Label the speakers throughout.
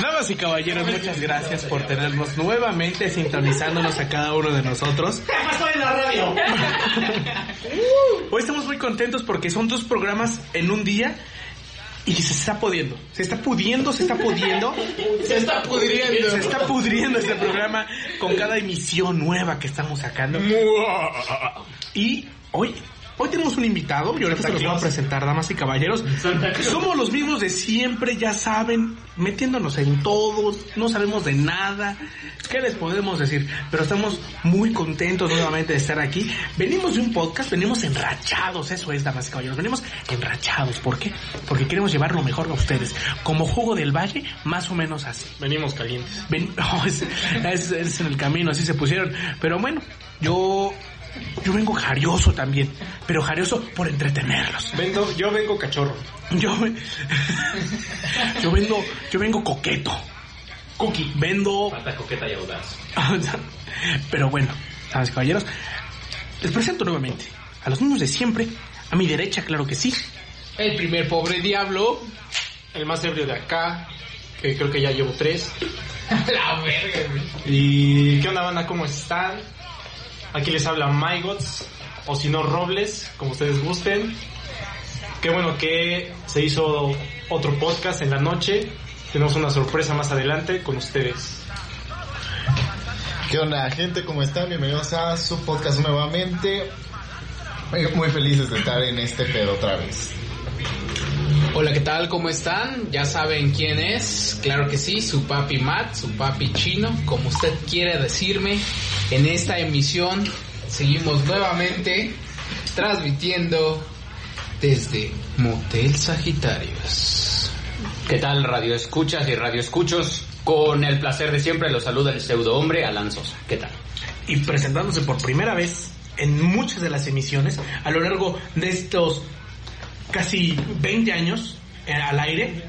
Speaker 1: Damas y caballeros, muchas gracias por tenernos nuevamente sintonizándonos a cada uno de nosotros.
Speaker 2: pasó en la radio?
Speaker 1: Hoy estamos muy contentos porque son dos programas en un día y se está pudiendo. Se está pudiendo, se está pudiendo.
Speaker 2: Se está pudriendo.
Speaker 1: Se está pudriendo este programa con cada emisión nueva que estamos sacando. Y hoy, hoy tenemos un invitado, yo ahorita se los voy a presentar, damas y caballeros. Somos los mismos de siempre, ya saben, metiéndonos en todos, no sabemos de nada. ¿Qué les podemos decir? Pero estamos muy contentos nuevamente de estar aquí. Venimos de un podcast, venimos enrachados, eso es, damas y caballeros, venimos enrachados. ¿Por qué? Porque queremos llevar lo mejor a ustedes. Como jugo del valle, más o menos así.
Speaker 2: Venimos calientes.
Speaker 1: Ven, no, es, es- es en el camino, así se pusieron. Pero bueno, yo, yo vengo jarioso también, pero jarioso por entretenerlos.
Speaker 2: Vendo, yo vengo cachorro.
Speaker 1: Yo, ve- yo vengo, yo vengo coqueto. Cookie. Vendo.
Speaker 2: Falta coqueta y audaz.
Speaker 1: Pero bueno, damas y caballeros, les presento nuevamente a los mismos de siempre. A mi derecha, claro que sí.
Speaker 2: El primer pobre diablo. El más ebrio de acá. Que creo que ya llevo tres. la verga, güey. ¿Y qué onda, banda? ¿Cómo están? Aquí les habla MyGods. O si no, Robles. Como ustedes gusten. Qué bueno que se hizo otro podcast en la noche. Tenemos una sorpresa más adelante con ustedes.
Speaker 3: ¿Qué onda, gente? ¿Cómo están? Bienvenidos a su podcast nuevamente. Muy- Muy felices de estar en este pedo otra vez.
Speaker 4: Hola, ¿qué tal? ¿Cómo están? Ya saben quién es. Claro que sí, su papi Matt, su papi chino, como usted quiere decirme. En esta emisión seguimos nuevamente transmitiendo desde Motel Sagitarios.
Speaker 5: ¿Qué tal, radio escuchas y radio escuchos? Con el placer de siempre los saluda el pseudo hombre Alan Sosa. ¿Qué tal?
Speaker 1: y presentándose por primera vez en muchas de las emisiones a lo largo de estos casi 20 años eh, al aire.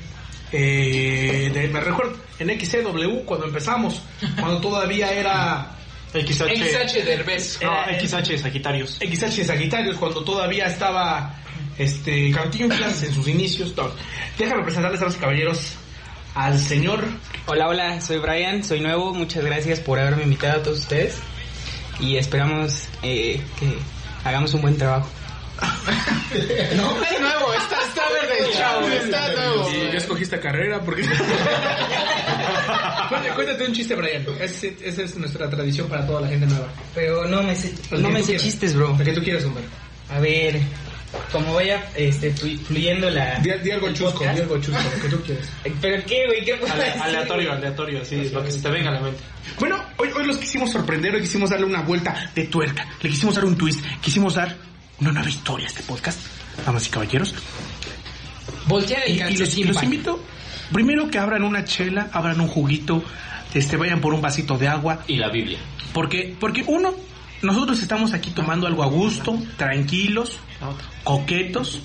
Speaker 1: Eh, de- me recuerdo en XCW cuando empezamos, cuando todavía era
Speaker 2: XH.
Speaker 4: XH Derbez.
Speaker 2: No, XH Sagitarios.
Speaker 1: XH Sagitarios, cuando todavía estaba este Cantinflas en sus inicios. No, déjame presentarles a los caballeros al señor
Speaker 6: Hola, hola, soy Brian, soy nuevo, muchas gracias por haberme invitado a todos ustedes y esperamos eh, que hagamos un buen trabajo.
Speaker 4: No, es nuevo, está, está verde el chavo, está nuevo.
Speaker 1: Y yo escogí esta carrera porque. Cuéntate, cuéntate un chiste, Brian. Ese- Esa es nuestra tradición para toda la gente nueva.
Speaker 6: Pero no me sé,
Speaker 1: Lo
Speaker 6: no
Speaker 1: que
Speaker 6: me
Speaker 1: tú
Speaker 6: sé
Speaker 1: quieras.
Speaker 6: chistes, bro.
Speaker 1: Lo que tú quieras, hombre.
Speaker 6: A ver, como vaya este, flu- fluyendo la...
Speaker 1: Di, di algo chusco, di algo chusco, lo que tú quieras.
Speaker 6: ¿Pero qué, güey? ¿Qué puedo
Speaker 2: Ale-
Speaker 6: decir?
Speaker 2: aleatorio, aleatorio, así, lo que se te venga a la mente.
Speaker 1: Bueno, hoy, hoy los quisimos sorprender, hoy quisimos darle una vuelta de tuerca, le quisimos dar un twist, quisimos dar una nueva historia a este podcast, damas y caballeros.
Speaker 4: Voltear el
Speaker 1: Y, y los, y
Speaker 4: calcetín.
Speaker 1: los
Speaker 4: Paco.
Speaker 1: invito, primero que abran una chela, abran un juguito, este, vayan por un vasito de agua,
Speaker 5: Y la Biblia.
Speaker 1: Porque, porque uno, nosotros estamos aquí tomando algo a gusto, tranquilos, coquetos,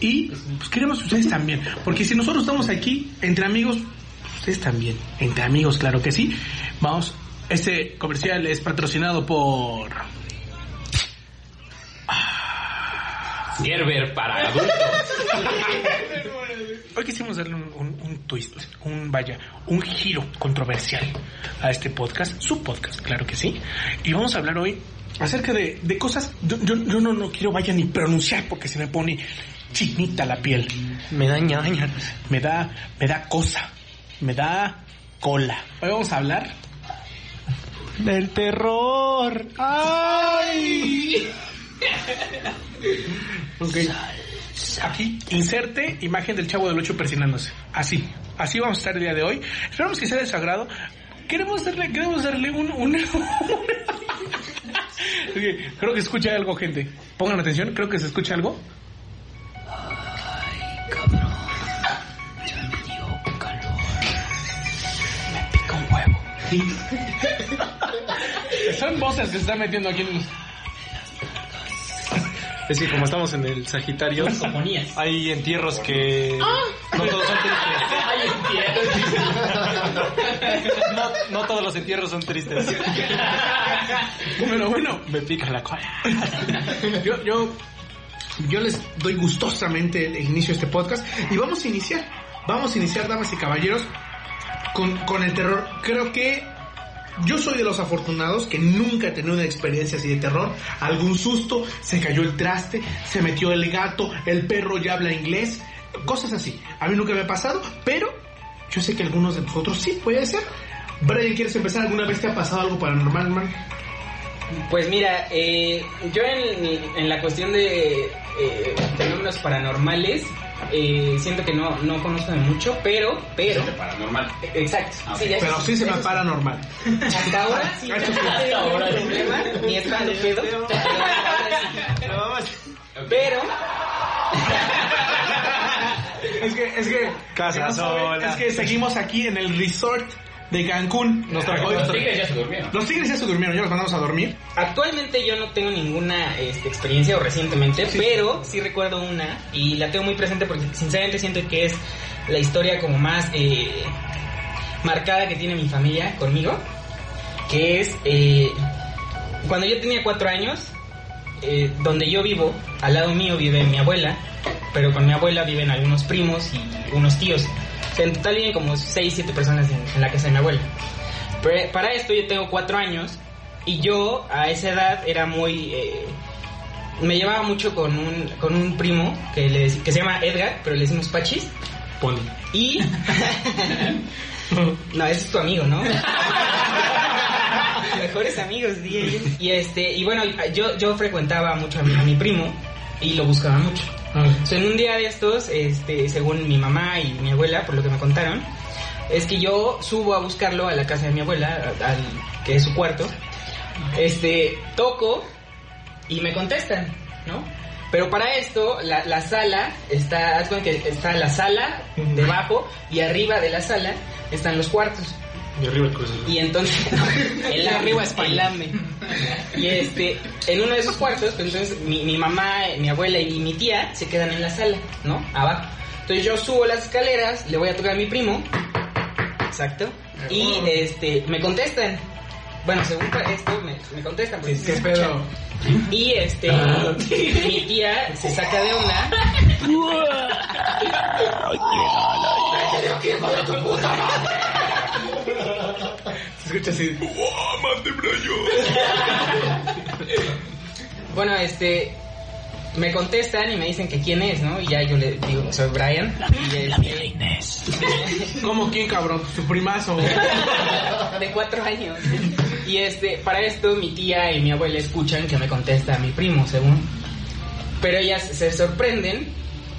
Speaker 1: y pues, queremos que ustedes también. Porque si nosotros estamos aquí entre amigos, pues, ustedes también, entre amigos, claro que sí. Vamos, este comercial es patrocinado por...
Speaker 5: Gerber para adultos.
Speaker 1: Hoy quisimos darle un, un- un twist, un vaya, un giro controversial a este podcast, su podcast, claro que sí. Y vamos a hablar hoy acerca de, de cosas. Yo, yo- yo no, no quiero vaya ni pronunciar porque se me pone chinita la piel.
Speaker 2: Me daña, daña.
Speaker 1: Me da, me da cosa, me da cola. Hoy vamos a hablar del terror. ¡Ay! Ok. Aquí, inserte imagen del chavo del 8 persinándose. Así, así vamos a estar el día de hoy. Esperamos que sea de su agrado. Queremos darle, queremos darle un... un- Ok, Creo que escucha algo, gente. Pongan atención, creo que se escucha algo. Son voces que se están metiendo aquí en...
Speaker 7: Es que como estamos en el Sagitario,
Speaker 8: Sofonías.
Speaker 7: hay entierros que no todos son tristes.
Speaker 8: Ay,
Speaker 7: No, no todos los entierros son tristes.
Speaker 1: Pero bueno,
Speaker 7: Me pica la cola.
Speaker 1: yo, yo, yo les doy gustosamente el, el inicio de este podcast y vamos a iniciar. Vamos a iniciar, damas y caballeros, con, con el terror. Creo que yo soy de los afortunados que nunca he tenido una experiencia así de terror. Algún susto, se cayó el traste, se metió el gato, el perro ya habla inglés, cosas así. A mí nunca me ha pasado, pero yo sé que algunos de vosotros sí puede ser. Brian, ¿quieres empezar? ¿Alguna vez te ha pasado algo paranormal, man?
Speaker 9: Pues mira, eh, yo en, en la cuestión de eh, fenómenos paranormales, eh, siento que no, no conozco de mucho, pero, pero,
Speaker 2: Paranormal.
Speaker 9: exacto. sí, ya
Speaker 1: Pero
Speaker 9: eso-
Speaker 1: sí se me
Speaker 9: eso-
Speaker 1: ha paranormal.
Speaker 9: Hasta ahora sí,
Speaker 1: Eso sí.
Speaker 9: hasta ahora no tengo problema, ni está de pedo. Pero,
Speaker 1: Es que, es que.
Speaker 7: Casa
Speaker 1: que no saben,
Speaker 7: sola.
Speaker 1: Es que seguimos aquí en el resort de Cancún. Nos trajo
Speaker 2: Los tigres ya se durmieron.
Speaker 1: Los tigres ya se durmieron, ya los mandamos a dormir.
Speaker 9: actualmente yo no tengo ninguna este, experiencia o recientemente, pero sí recuerdo una y la tengo muy presente porque sinceramente siento que es la historia como más eh, marcada que tiene mi familia conmigo, que es eh, cuando yo tenía cuatro años, eh, donde yo vivo, al lado mío vive mi abuela, pero con mi abuela viven algunos primos y unos tíos. O sea, en total viven como seis, siete personas en, en la casa de mi abuela. Pero para esto yo tengo cuatro años y yo a esa edad era muy... eh, me llevaba mucho con un, con un primo que, le dec- que se llama Edgar, pero le decimos Pachis.
Speaker 7: Poli.
Speaker 9: Y... no, ese es tu amigo, ¿no? Mejores amigos, diría yo. Y este, y bueno, yo, yo frecuentaba mucho a mi, a mi primo y lo buscaba mucho. Entonces, en un día de estos, este, según mi mamá y mi abuela, por lo que me contaron, es que yo subo a buscarlo a la casa de mi abuela, a- al, que es su cuarto. Este, toco y me contestan, ¿no? Pero para esto, la, la sala está, haz cuenta que está la sala debajo y arriba de la sala están los cuartos.
Speaker 7: Y arriba el crucero.
Speaker 9: Y entonces, el arriba es palame. Y este, en uno de esos cuartos, pues, entonces mi, mi mamá, eh, mi abuela y mi tía se quedan en la sala, ¿no? Abajo. Entonces yo subo las escaleras, le voy a tocar a mi primo. Exacto. Y este, me contestan. Bueno, según pa- esto, me, me contestan. porque se escuchan. Y este, mi tía se saca de onda.
Speaker 1: Se escucha así.
Speaker 9: Bueno, este. Me contestan y me dicen que quién es, ¿no? Y ya yo le digo, soy Brian. y este,
Speaker 1: ¿Cómo quién, cabrón? ¿Tu primazo?
Speaker 9: de cuatro años. Y este, para esto mi tía y mi abuela escuchan que me contesta mi primo, según. Pero ellas se sorprenden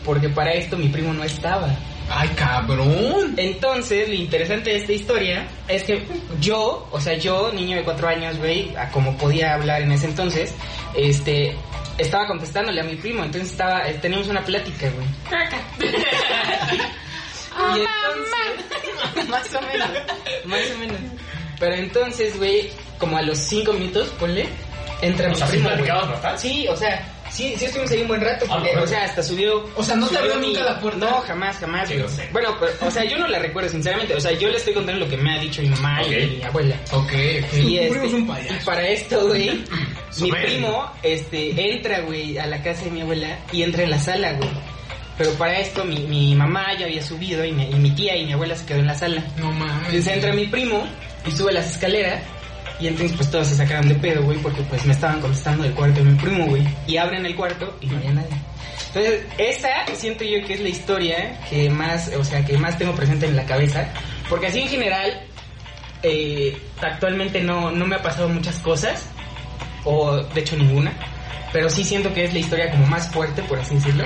Speaker 9: porque para esto mi primo no estaba.
Speaker 8: Ay, cabrón.
Speaker 9: Entonces, lo interesante de esta historia es que yo, o sea, yo, niño de cuatro años, güey, a como podía hablar en ese entonces, este, estaba contestándole a mi primo, entonces estaba, eh, teníamos una plática, güey. y entonces, más o menos, más o menos. Pero entonces, güey, como a los cinco minutos, ponle, entra mi
Speaker 2: sea, sí
Speaker 9: primo.
Speaker 2: platicabas
Speaker 9: güey.
Speaker 2: bastante.
Speaker 9: Sí, o sea, sí, sí estuvimos ahí un buen rato, porque,
Speaker 2: bueno.
Speaker 9: o sea, hasta subió.
Speaker 8: O sea, ¿no te
Speaker 9: subió
Speaker 8: abrió nunca la puerta?
Speaker 9: No, jamás, jamás.
Speaker 2: Sí,
Speaker 9: güey.
Speaker 2: lo sé.
Speaker 9: Bueno, pero, o sea, yo no la recuerdo, sinceramente. O sea, yo le estoy contando lo que me ha dicho mi mamá
Speaker 2: Ok.
Speaker 9: y mi abuela.
Speaker 8: Ok,
Speaker 9: Y,
Speaker 1: primo
Speaker 9: este,
Speaker 1: es un payaso.
Speaker 9: y para esto, güey, mi primo este, entra, güey, a la casa de mi abuela y entra en la sala, güey. Pero para esto, mi, mi mamá ya había subido y, mi- y mi tía y mi abuela se quedó en la sala.
Speaker 8: No mames.
Speaker 9: Entonces entra mi primo y sube las escaleras. Y entonces pues todos se sacaron de pedo, güey, porque pues me estaban contestando del cuarto de mi primo, güey. Y abren el cuarto y no había nada. Entonces, esa siento yo que es la historia que más, o sea, que más tengo presente en la cabeza. Porque así en general, eh, actualmente no, no me ha pasado muchas cosas, o de hecho ninguna. Pero sí siento que es la historia como más fuerte, por así decirlo,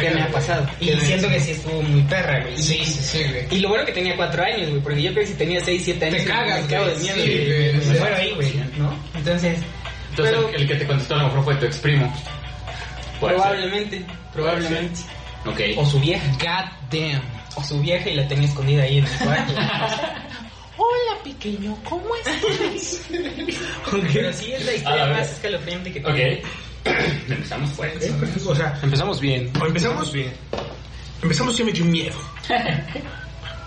Speaker 9: que me ha pasado. Y
Speaker 8: Qué
Speaker 9: siento que sí estuvo muy perra, güey. Y-
Speaker 8: Sí, sí, sí, güey.
Speaker 9: y lo bueno que tenía cuatro años, güey, porque yo creo que si tenía seis, siete años...
Speaker 8: Te cagas,
Speaker 9: me cago
Speaker 8: güey.
Speaker 9: de miedo,
Speaker 8: Sí,
Speaker 9: güey.
Speaker 8: güey.
Speaker 9: Me muero ahí, güey, ¿no? Entonces,
Speaker 2: Entonces,
Speaker 9: Pero-
Speaker 2: el, el que te contestó a lo mejor fue tu ex primo. Puede
Speaker 9: probablemente, probablemente.
Speaker 2: ser. Ok.
Speaker 9: O su vieja,
Speaker 8: God damn.
Speaker 9: o su vieja y la tenía escondida ahí en el cuarto. Hola,
Speaker 10: pequeño, ¿cómo es? Pero sí es la historia
Speaker 3: A la
Speaker 10: más
Speaker 3: vez.
Speaker 10: escalofriante que
Speaker 3: Ok.
Speaker 10: tengo.
Speaker 3: Empezamos
Speaker 2: pues.
Speaker 3: fuerte.
Speaker 1: O sea,
Speaker 2: Empezamos bien.
Speaker 1: o empezamos bien. Empezamos y yo me dio miedo.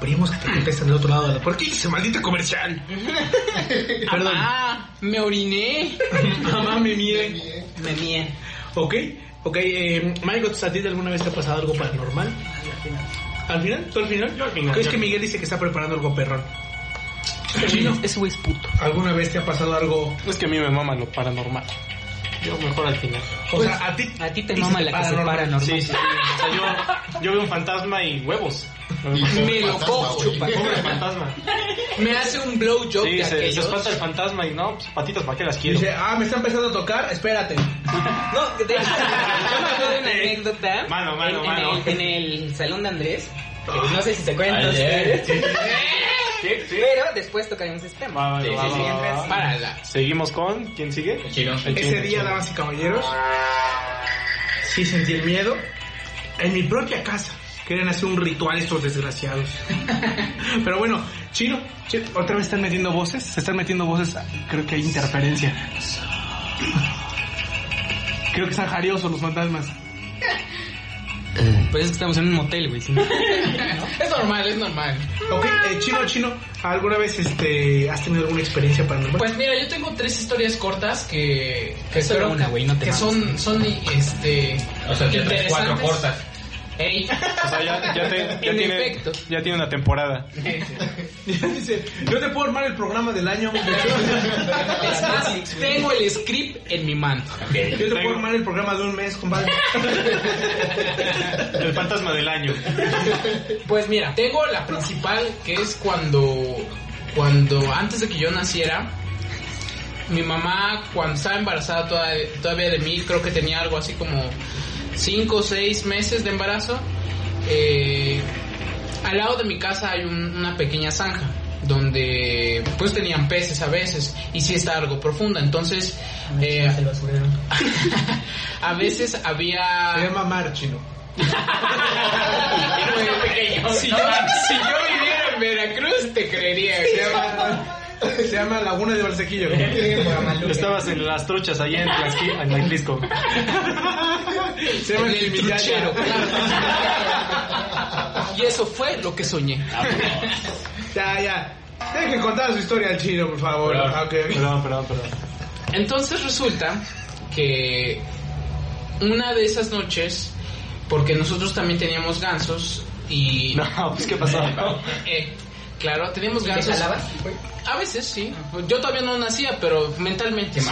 Speaker 1: Primos que te contestan del otro lado de la puerta. ¿Qué hice, maldita comercial? Perdón.
Speaker 9: Ah, me oriné.
Speaker 1: Mamá me mire.
Speaker 9: Me mía.
Speaker 1: Ok, ok. Eh, Michael, ¿a ti de alguna vez te ha pasado algo paranormal? ¿Al final? ¿Tú al final?
Speaker 2: Yo al final,
Speaker 1: ¿Crees
Speaker 2: yo
Speaker 1: que
Speaker 2: al
Speaker 1: Miguel dice que está preparando algo perrón?
Speaker 9: Chino, ese güey es puto.
Speaker 1: ¿Alguna vez te ha pasado algo?
Speaker 2: Es que a mí me mama lo paranormal. Yo mejor al final.
Speaker 1: O sea, a ti.
Speaker 9: Pues, A ti te
Speaker 1: dices
Speaker 9: mama la que se
Speaker 1: paranormal.
Speaker 9: para normal.
Speaker 2: Sí, sí, sí. O sea, yo, yo veo un fantasma y huevos.
Speaker 9: Me lo cojo, chupa.
Speaker 2: Pobre fantasma.
Speaker 9: Me hace un blowjob
Speaker 2: Sí,
Speaker 9: de
Speaker 2: se, se
Speaker 9: aquellos.
Speaker 2: espanta el fantasma y no, pues patitas, ¿para qué las quiero?
Speaker 1: Dice, ah, me está empezando a tocar, espérate.
Speaker 10: No, de hecho, yo me acuerdo de una anécdota.
Speaker 2: Mano, mano,
Speaker 10: en,
Speaker 2: mano. Ah.
Speaker 10: En el, en el salón de Andrés, que no sé si se cuentan
Speaker 3: Ayer.
Speaker 10: ustedes, pero después tocaremos este tema.
Speaker 2: Va, va,
Speaker 3: Sí,
Speaker 2: va,
Speaker 3: sí,
Speaker 2: va,
Speaker 3: sí,
Speaker 2: va, va.
Speaker 9: Párala.
Speaker 2: Seguimos con. ¿Quién sigue?
Speaker 3: Chino.
Speaker 2: El
Speaker 1: Ese
Speaker 2: chino,
Speaker 1: día,
Speaker 2: chino.
Speaker 1: damas y caballeros, sí sentí el miedo en mi propia casa. Querían hacer un ritual estos desgraciados. Pero bueno, Chino, Chino, otra vez están metiendo voces. Se están metiendo voces. Creo que hay interferencia. Creo que están jariosos los fantasmas.
Speaker 9: Pues es que estamos en un motel, güey. si no- Es normal, es normal.
Speaker 1: Ok, eh, Chino, Chino, ¿alguna vez este, has tenido alguna experiencia paranormal?
Speaker 6: Pues mira, yo tengo tres historias cortas que, que
Speaker 9: Solo
Speaker 6: espero
Speaker 9: una, güey, no te
Speaker 6: que
Speaker 9: mames.
Speaker 6: son, son este
Speaker 3: O sea, tienes cuatro
Speaker 6: interesantes.
Speaker 3: cortas.
Speaker 9: Ey.
Speaker 2: O sea, ya, ya, te- ya
Speaker 9: En
Speaker 2: tiene,
Speaker 9: efecto.
Speaker 2: ya tiene una temporada.
Speaker 1: Dice, yo te puedo armar el programa del año. Yo
Speaker 9: Es más, tengo el script en mi manto.
Speaker 3: Ok.
Speaker 1: te puedo armar el programa de un mes, compadre.
Speaker 2: El fantasma del año.
Speaker 6: Pues mira,
Speaker 9: Tengo la principal que es cuando, cuando antes de que yo naciera, mi mamá cuando estaba embarazada toda- todavía de mí, creo que tenía algo así como 5 o 6 meses de embarazo, eh, al lado de mi casa hay un- una pequeña zanja donde pues tenían peces a veces y sí está algo profunda, entonces eh,
Speaker 10: Es el basurero.
Speaker 9: a veces había...
Speaker 1: Se llama Mar, Chino.
Speaker 9: Si yo, si yo viviera en Veracruz, te creería. creo.
Speaker 1: Se llama Laguna de Valsequillo.
Speaker 2: Estabas en las truchas allá en Tlaxqui- en Tlaxcalisco.
Speaker 1: Se
Speaker 9: En
Speaker 1: llama
Speaker 9: el
Speaker 1: Milaya.
Speaker 9: truchero, claro. Y eso fue lo que soñé.
Speaker 1: Ya, ya. Dejen que contar su historia al chino, por favor. Ah,
Speaker 3: Claro.
Speaker 1: Ok.
Speaker 2: Perdón, perdón, perdón.
Speaker 9: Entonces resulta que una de esas noches, porque nosotros también teníamos gansos y...
Speaker 2: No, pues qué pasó.
Speaker 9: Eh, claro, teníamos
Speaker 10: ¿Te
Speaker 9: gansos.
Speaker 10: jalabas?
Speaker 9: A veces sí. Yo todavía no nacía, pero mentalmente sí.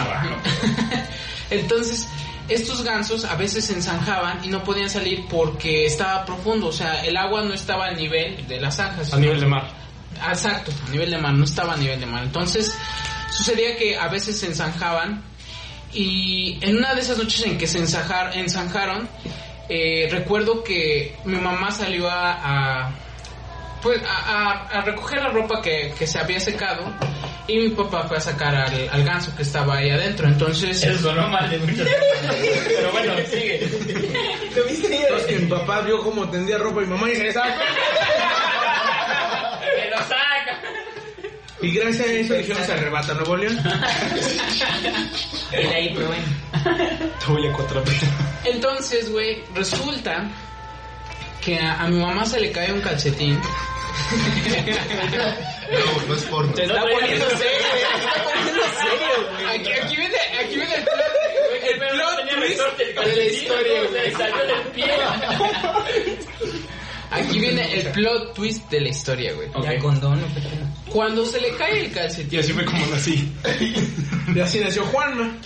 Speaker 9: Entonces, estos gansos a veces se ensanjaban y no podían salir porque estaba profundo. O sea, el agua no estaba a nivel de las zanjas.
Speaker 2: A nivel de mar.
Speaker 9: Ah, Exacto, a nivel de mar, no estaba a nivel de mar. Entonces, sucedía que a veces se ensanjaban y en una de esas noches en que se ensajar- ensanjaron, eh, recuerdo que mi mamá salió a, a- pues, a, a- a recoger la ropa que, que se había secado y mi papá fue a sacar al, al ganso que estaba ahí adentro. Entonces,
Speaker 3: Eso sonó mal de muchas maneras. Pero bueno, sigue.
Speaker 10: ¿Lo viste?
Speaker 1: Es que mi papá vio cómo tendía ropa y mamá y se "Esa".
Speaker 3: ¡Que lo saca!
Speaker 1: Y gracias a eso dijeron se arrebata Nuevo León.
Speaker 10: Y de ahí, pero bueno.
Speaker 2: Te voy a cuatro
Speaker 9: Entonces, güey, resulta que a, a mi mamá se le cae un calcetín.
Speaker 11: No, no es por
Speaker 9: Se está poniendo serio, se está poniendo serio, güey. Aquí, aquí viene, aquí viene el plot, el plot twist de la historia, güey.
Speaker 3: salió del pie.
Speaker 9: Aquí viene el plot twist de la historia, güey.
Speaker 10: Ya condón, no fue-
Speaker 9: Cuando se le cae el calcetín,
Speaker 2: Y así fue como nací.
Speaker 1: Y así nació Juanma.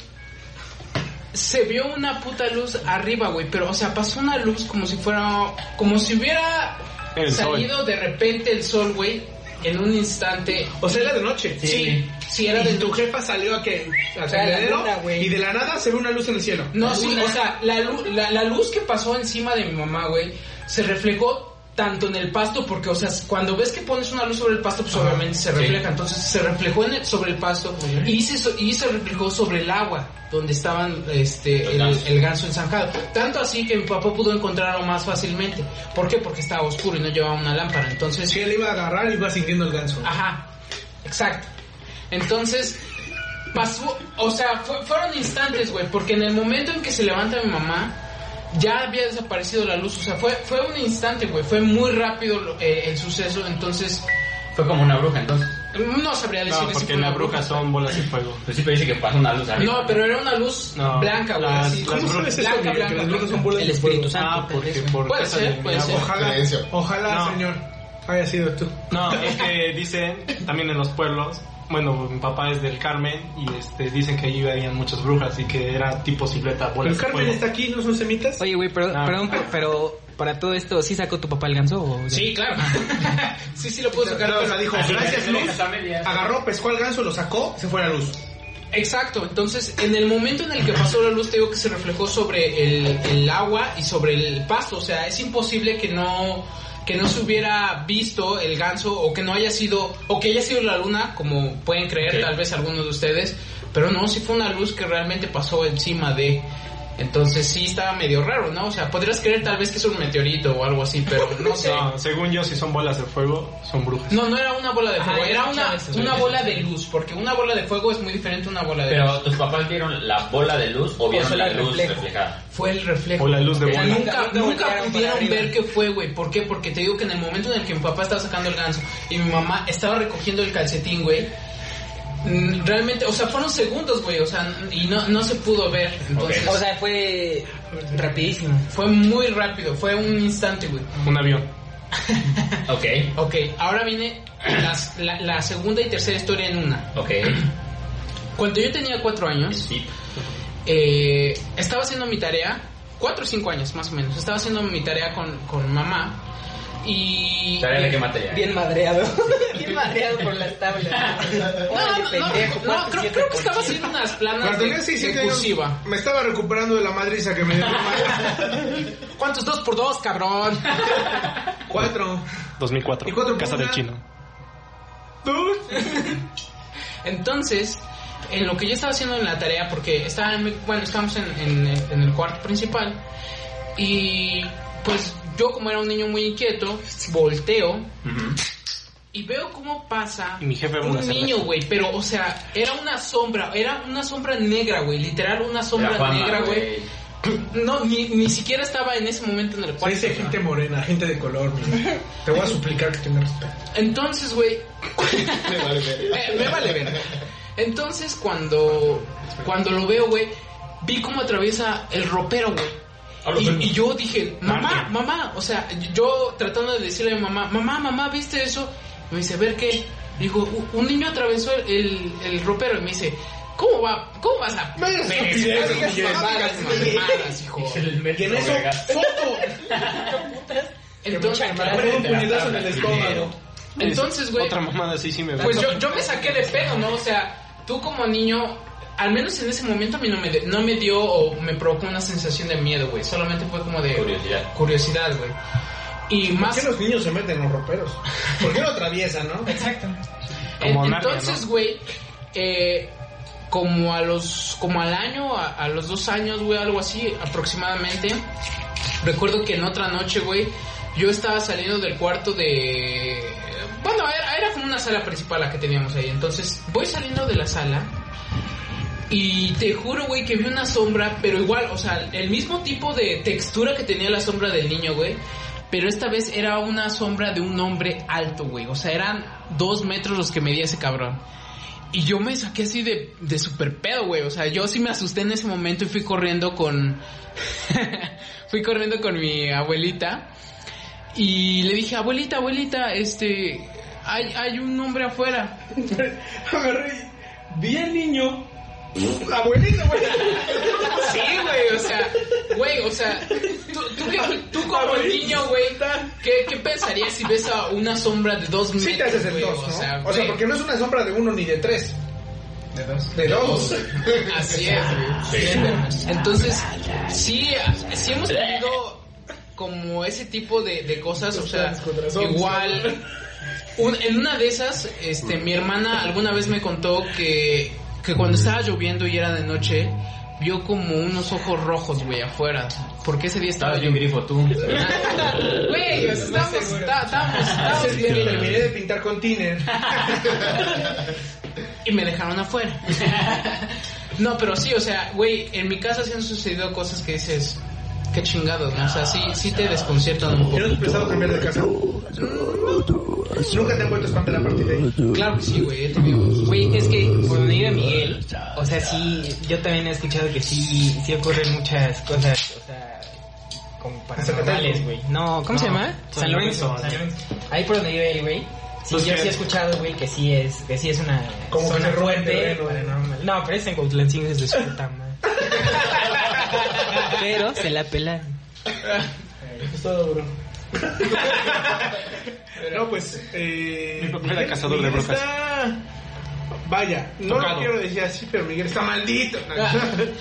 Speaker 9: se vio una puta luz arriba, güey. Pero, o sea, pasó una luz como si fuera, como si hubiera
Speaker 2: El sol.
Speaker 9: salido de repente el sol, güey, en un instante.
Speaker 1: O sea, era de noche.
Speaker 9: Sí, sí, era
Speaker 1: Y
Speaker 9: de
Speaker 1: tu jefa salió a que al
Speaker 10: sea, la
Speaker 1: tendedero
Speaker 10: luna, güey.
Speaker 1: y de la nada se ve una luz en el cielo.
Speaker 9: No, sí, o sea, la, lu- la, la luz que pasó encima de mi mamá, güey, se reflejó tanto en el pasto, porque, o sea, cuando ves que pones una luz sobre el pasto, pues obviamente se refleja. Entonces se reflejó en el- sobre el pasto y se, so- y se reflejó sobre el agua, donde estaban este,
Speaker 3: Los
Speaker 9: el,
Speaker 3: gansos.
Speaker 9: el ganso ensanjado. Tanto así que mi papá pudo encontrarlo más fácilmente. ¿Por qué? Porque estaba oscuro y no llevaba una lámpara. Entonces,
Speaker 1: Sí, él iba a agarrar y iba sintiendo el ganso.
Speaker 9: Ajá. Exacto. Entonces, pasó, o sea, fue- fueron instantes, güey, porque en el momento en que se levanta mi mamá, ya había desaparecido la luz, o sea, fue, fue un instante, güey, fue muy rápido lo- eh, el suceso, entonces,
Speaker 5: Fue como una bruja entonces.
Speaker 9: no sabría decir
Speaker 2: No, porque las brujas son bolas de fuego.
Speaker 5: Pues sí, pero dice que pasó una luz arriba.
Speaker 9: No, pero era una luz
Speaker 2: No,
Speaker 9: blanca, güey,
Speaker 2: las-
Speaker 9: así,
Speaker 2: las
Speaker 9: como-
Speaker 2: brujas-
Speaker 9: blanca,
Speaker 1: Miguel,
Speaker 9: blanca,
Speaker 1: que las
Speaker 9: blanca.
Speaker 1: brujas son bolas
Speaker 6: El
Speaker 1: de
Speaker 6: Espíritu
Speaker 1: fuego.
Speaker 6: Santo.
Speaker 2: Ah,
Speaker 6: tal
Speaker 2: porque
Speaker 6: vez,
Speaker 2: por
Speaker 9: Puede
Speaker 2: casa
Speaker 9: ser,
Speaker 2: de
Speaker 9: puede
Speaker 2: mi
Speaker 9: ser.
Speaker 2: abuela.
Speaker 1: Ojalá,
Speaker 3: Creencia.
Speaker 1: ojalá,
Speaker 2: No.
Speaker 1: señor, haya sido tú.
Speaker 2: No, es que dicen también en los pueblos. Bueno, mi papá es del Carmen y este dicen que ahí habían muchas brujas y que era tipo silueta bolas
Speaker 1: El
Speaker 2: de
Speaker 1: Carmen
Speaker 2: fuego.
Speaker 1: está aquí, ¿no son semitas?
Speaker 6: Oye, güey, pero,
Speaker 2: Ah.
Speaker 6: perdón, pero para todo esto, ¿sí sacó tu papá el ganso? o ya?
Speaker 9: Sí, claro. sí, sí lo puedo sacar.
Speaker 1: Claro, o
Speaker 9: pero-
Speaker 1: sea, dijo,
Speaker 5: Así
Speaker 1: gracias
Speaker 5: que-
Speaker 1: luz, agarró, pescó al ganso, lo sacó, se fue la luz.
Speaker 9: Exacto, entonces en el momento en el que pasó la luz te digo que se reflejó sobre el, el agua y sobre el pasto, o sea, es imposible que no que no se hubiera visto el ganso o que no haya sido o que haya sido la luna, como pueden creer
Speaker 5: Ok.
Speaker 9: tal vez algunos de ustedes, pero no, sí fue una luz que realmente pasó encima de entonces sí estaba medio raro, ¿no? O sea, podrías creer tal vez que es un meteorito o algo así, pero no sé.
Speaker 2: No, según yo, si son bolas de fuego, son brujas.
Speaker 9: No, no era una bola de fuego,
Speaker 6: Ajá,
Speaker 9: era
Speaker 6: he
Speaker 9: una,
Speaker 6: escuchado eso,
Speaker 9: una
Speaker 6: sí.
Speaker 9: bola de luz, porque una bola de fuego es muy diferente a una bola de luz.
Speaker 5: Pero tus papás vieron la bola de luz o vieron
Speaker 6: sea,
Speaker 5: la
Speaker 6: el
Speaker 5: luz
Speaker 6: reflejo.
Speaker 5: reflejada.
Speaker 9: Fue el reflejo.
Speaker 2: O la luz de
Speaker 9: O sea,
Speaker 2: bola.
Speaker 9: Nunca,
Speaker 6: Nunca
Speaker 9: nunca
Speaker 6: voltearon para
Speaker 9: pudieron
Speaker 6: arriba.
Speaker 9: ver qué fue, güey. ¿Por qué? Porque te digo que en el momento en el que mi papá estaba sacando el ganso y mi mamá estaba recogiendo el calcetín, güey. mm, Realmente, o sea, fueron segundos, güey. O sea, y no, no se pudo ver. Entonces,
Speaker 6: O sea, fue rapidísimo.
Speaker 9: fue muy rápido. Fue un instante, güey.
Speaker 5: Mm.
Speaker 2: Un avión.
Speaker 5: Ok,
Speaker 9: Ok, ahora viene las- la, la segunda y tercera historia en una.
Speaker 5: ok.
Speaker 9: Cuando yo tenía cuatro años,
Speaker 5: Sí.
Speaker 9: Eh, estaba haciendo mi tarea, cuatro o cinco años más o menos, estaba haciendo mi tarea con, con mamá y...
Speaker 5: ¿Tarea de qué materia?
Speaker 6: Bien madreado. Bien madreado por las tablas.
Speaker 9: No,
Speaker 6: Órale,
Speaker 9: no, no,
Speaker 6: pendejo,
Speaker 9: no,
Speaker 6: cuatro,
Speaker 9: creo, creo
Speaker 6: siete
Speaker 9: que
Speaker 6: por
Speaker 9: estaba
Speaker 6: cinco.
Speaker 9: haciendo unas
Speaker 1: Cuando
Speaker 9: planas de,
Speaker 1: tenía seis,
Speaker 9: de
Speaker 1: siete años,
Speaker 9: cursiva.
Speaker 1: me estaba recuperando de la madriza que me dio mi madre.
Speaker 9: ¿Cuántos dos por dos, cabrón?
Speaker 1: Cuatro.
Speaker 2: 2004.
Speaker 1: ¿Y cuatro
Speaker 2: casa
Speaker 1: por
Speaker 2: del
Speaker 1: una?
Speaker 2: chino.
Speaker 9: Entonces, en lo que yo estaba haciendo en la tarea, porque estaba en mi- bueno, estábamos en, en el- en el cuarto principal, y pues yo como era un niño muy inquieto, volteo
Speaker 5: Ujú.
Speaker 9: y veo cómo pasa
Speaker 2: Y mi jefe
Speaker 9: un
Speaker 2: una cerveza.
Speaker 9: niño, güey, pero o sea, era una sombra, era una sombra negra, güey, literal una sombra
Speaker 5: Era Juanma,
Speaker 9: negra, güey. No, ni, ni siquiera estaba en ese momento en el cuarto.
Speaker 1: Parece gente morena, gente de color, mira. Te voy a suplicar que tengas respeto.
Speaker 9: Entonces, güey,
Speaker 3: Me vale verga.
Speaker 9: Eh, me vale ver. Entonces, cuando, cuando lo veo, güey, vi cómo atraviesa el ropero, güey. Y, y yo dije, mamá, mamá, o sea, yo tratando de decirle a mi mamá, mamá, mamá, ¿viste eso? Y me dice, a ver qué. Digo, "U- un niño atravesó el, el, el ropero y me dice, ¿cómo, va, cómo vas a...
Speaker 1: Vaya estupidez,
Speaker 9: Vergas,
Speaker 1: estupidez.
Speaker 9: mamadas, mamadas, hijo.
Speaker 1: Y en eso, foto.
Speaker 9: Entonces,
Speaker 1: Pongo un puñetazo en el estómago.
Speaker 9: entonces, güey,
Speaker 2: Otra mamada así sí me ve.
Speaker 9: Pues yo, yo me saqué de pedo, ¿no? O sea, tú como niño, al menos en ese momento a mí no me, de- no me dio o me provocó una sensación de miedo, güey. Solamente fue como de
Speaker 5: Curiosidad.
Speaker 9: curiosidad, güey. Y
Speaker 1: ¿Por
Speaker 9: más...
Speaker 1: qué los niños se meten en los roperos? ¿Por qué lo atraviesan, no?
Speaker 2: Como
Speaker 9: En-
Speaker 2: Narnia,
Speaker 9: Entonces,
Speaker 2: ¿no?
Speaker 9: güey, eh, como a los, como al año, a, a los dos años, güey, algo así aproximadamente. Recuerdo que en otra noche, güey, yo estaba saliendo del cuarto de, bueno, era, era como una sala principal la que teníamos ahí. Entonces, voy saliendo de la sala. Y te juro, güey, que vi una sombra, pero igual, o sea, el mismo tipo de textura que tenía la sombra del niño, güey. Pero esta vez era una sombra de un hombre alto, güey. O sea, eran dos metros los que medía ese cabrón. Y yo me saqué así de, de super pedo, güey. O sea, yo sí me asusté en ese momento y fui corriendo con... fui corriendo con mi abuelita. Y le dije, abuelita, abuelita, este... Hay, hay un hombre afuera.
Speaker 1: Agarré, vi al niño. Abuelito, güey.
Speaker 9: Sí, güey, o sea, güey, o sea, tú, tú que- tú como niño, güey, ¿qué, ¿qué pensarías si ves a una sombra de dos metros?
Speaker 1: Sí te haces el
Speaker 9: güey?
Speaker 1: dos, ¿no?
Speaker 9: O sea,
Speaker 1: O sea,
Speaker 9: güey,
Speaker 1: porque no es una sombra de uno ni de tres.
Speaker 3: De dos.
Speaker 1: De dos.
Speaker 9: Así es, güey. Bien, hermanos. Entonces, sí, sí hemos tenido como ese tipo de, de cosas, o sea, igual, un- en una de esas, este, mi hermana alguna vez me contó que, que cuando estaba lloviendo y era de noche, vio como unos ojos rojos, güey, afuera. Porque ese día estaba
Speaker 5: Estabas bien grifo tú.
Speaker 9: Güey, pues, estábamos, está- estábamos, estábamos
Speaker 12: Me terminé de pintar con Tiner.
Speaker 9: y me dejaron afuera. No, pero sí, o sea, güey, en mi casa se han sucedido cosas que dices, qué chingado, ¿no? O sea, sí, sí te desconciertan
Speaker 12: Yo
Speaker 9: un poco.
Speaker 12: no he pensado cambiar de casa. Nunca te han vuelto a espantar a partir de ahí.
Speaker 9: Claro que sí, güey, yo te digo.
Speaker 6: Güey, es que por donde vive Miguel, o sea, sí, yo también he escuchado que sí, sí ocurren muchas cosas, o sea, como paranormales, güey. No, ¿cómo se llama? San Lorenzo. San Lorenzo. Ahí por donde vive él, güey. Sí, yo sí he escuchado, güey, que sí es, que sí es una
Speaker 12: Como que
Speaker 6: zona
Speaker 12: se roba el
Speaker 6: fuerte
Speaker 12: terreno.
Speaker 6: paranormal. No, pero es en Cuautlancingo es de su puta madre. Pero se la pelan.
Speaker 12: Es todo, bro. no, pues. Eh,
Speaker 1: Mi papá era cazador de
Speaker 12: Miguel
Speaker 1: brujas.
Speaker 12: está- Vaya, no lo
Speaker 1: Tocado.
Speaker 12: quiero decir así, pero Miguel está maldito.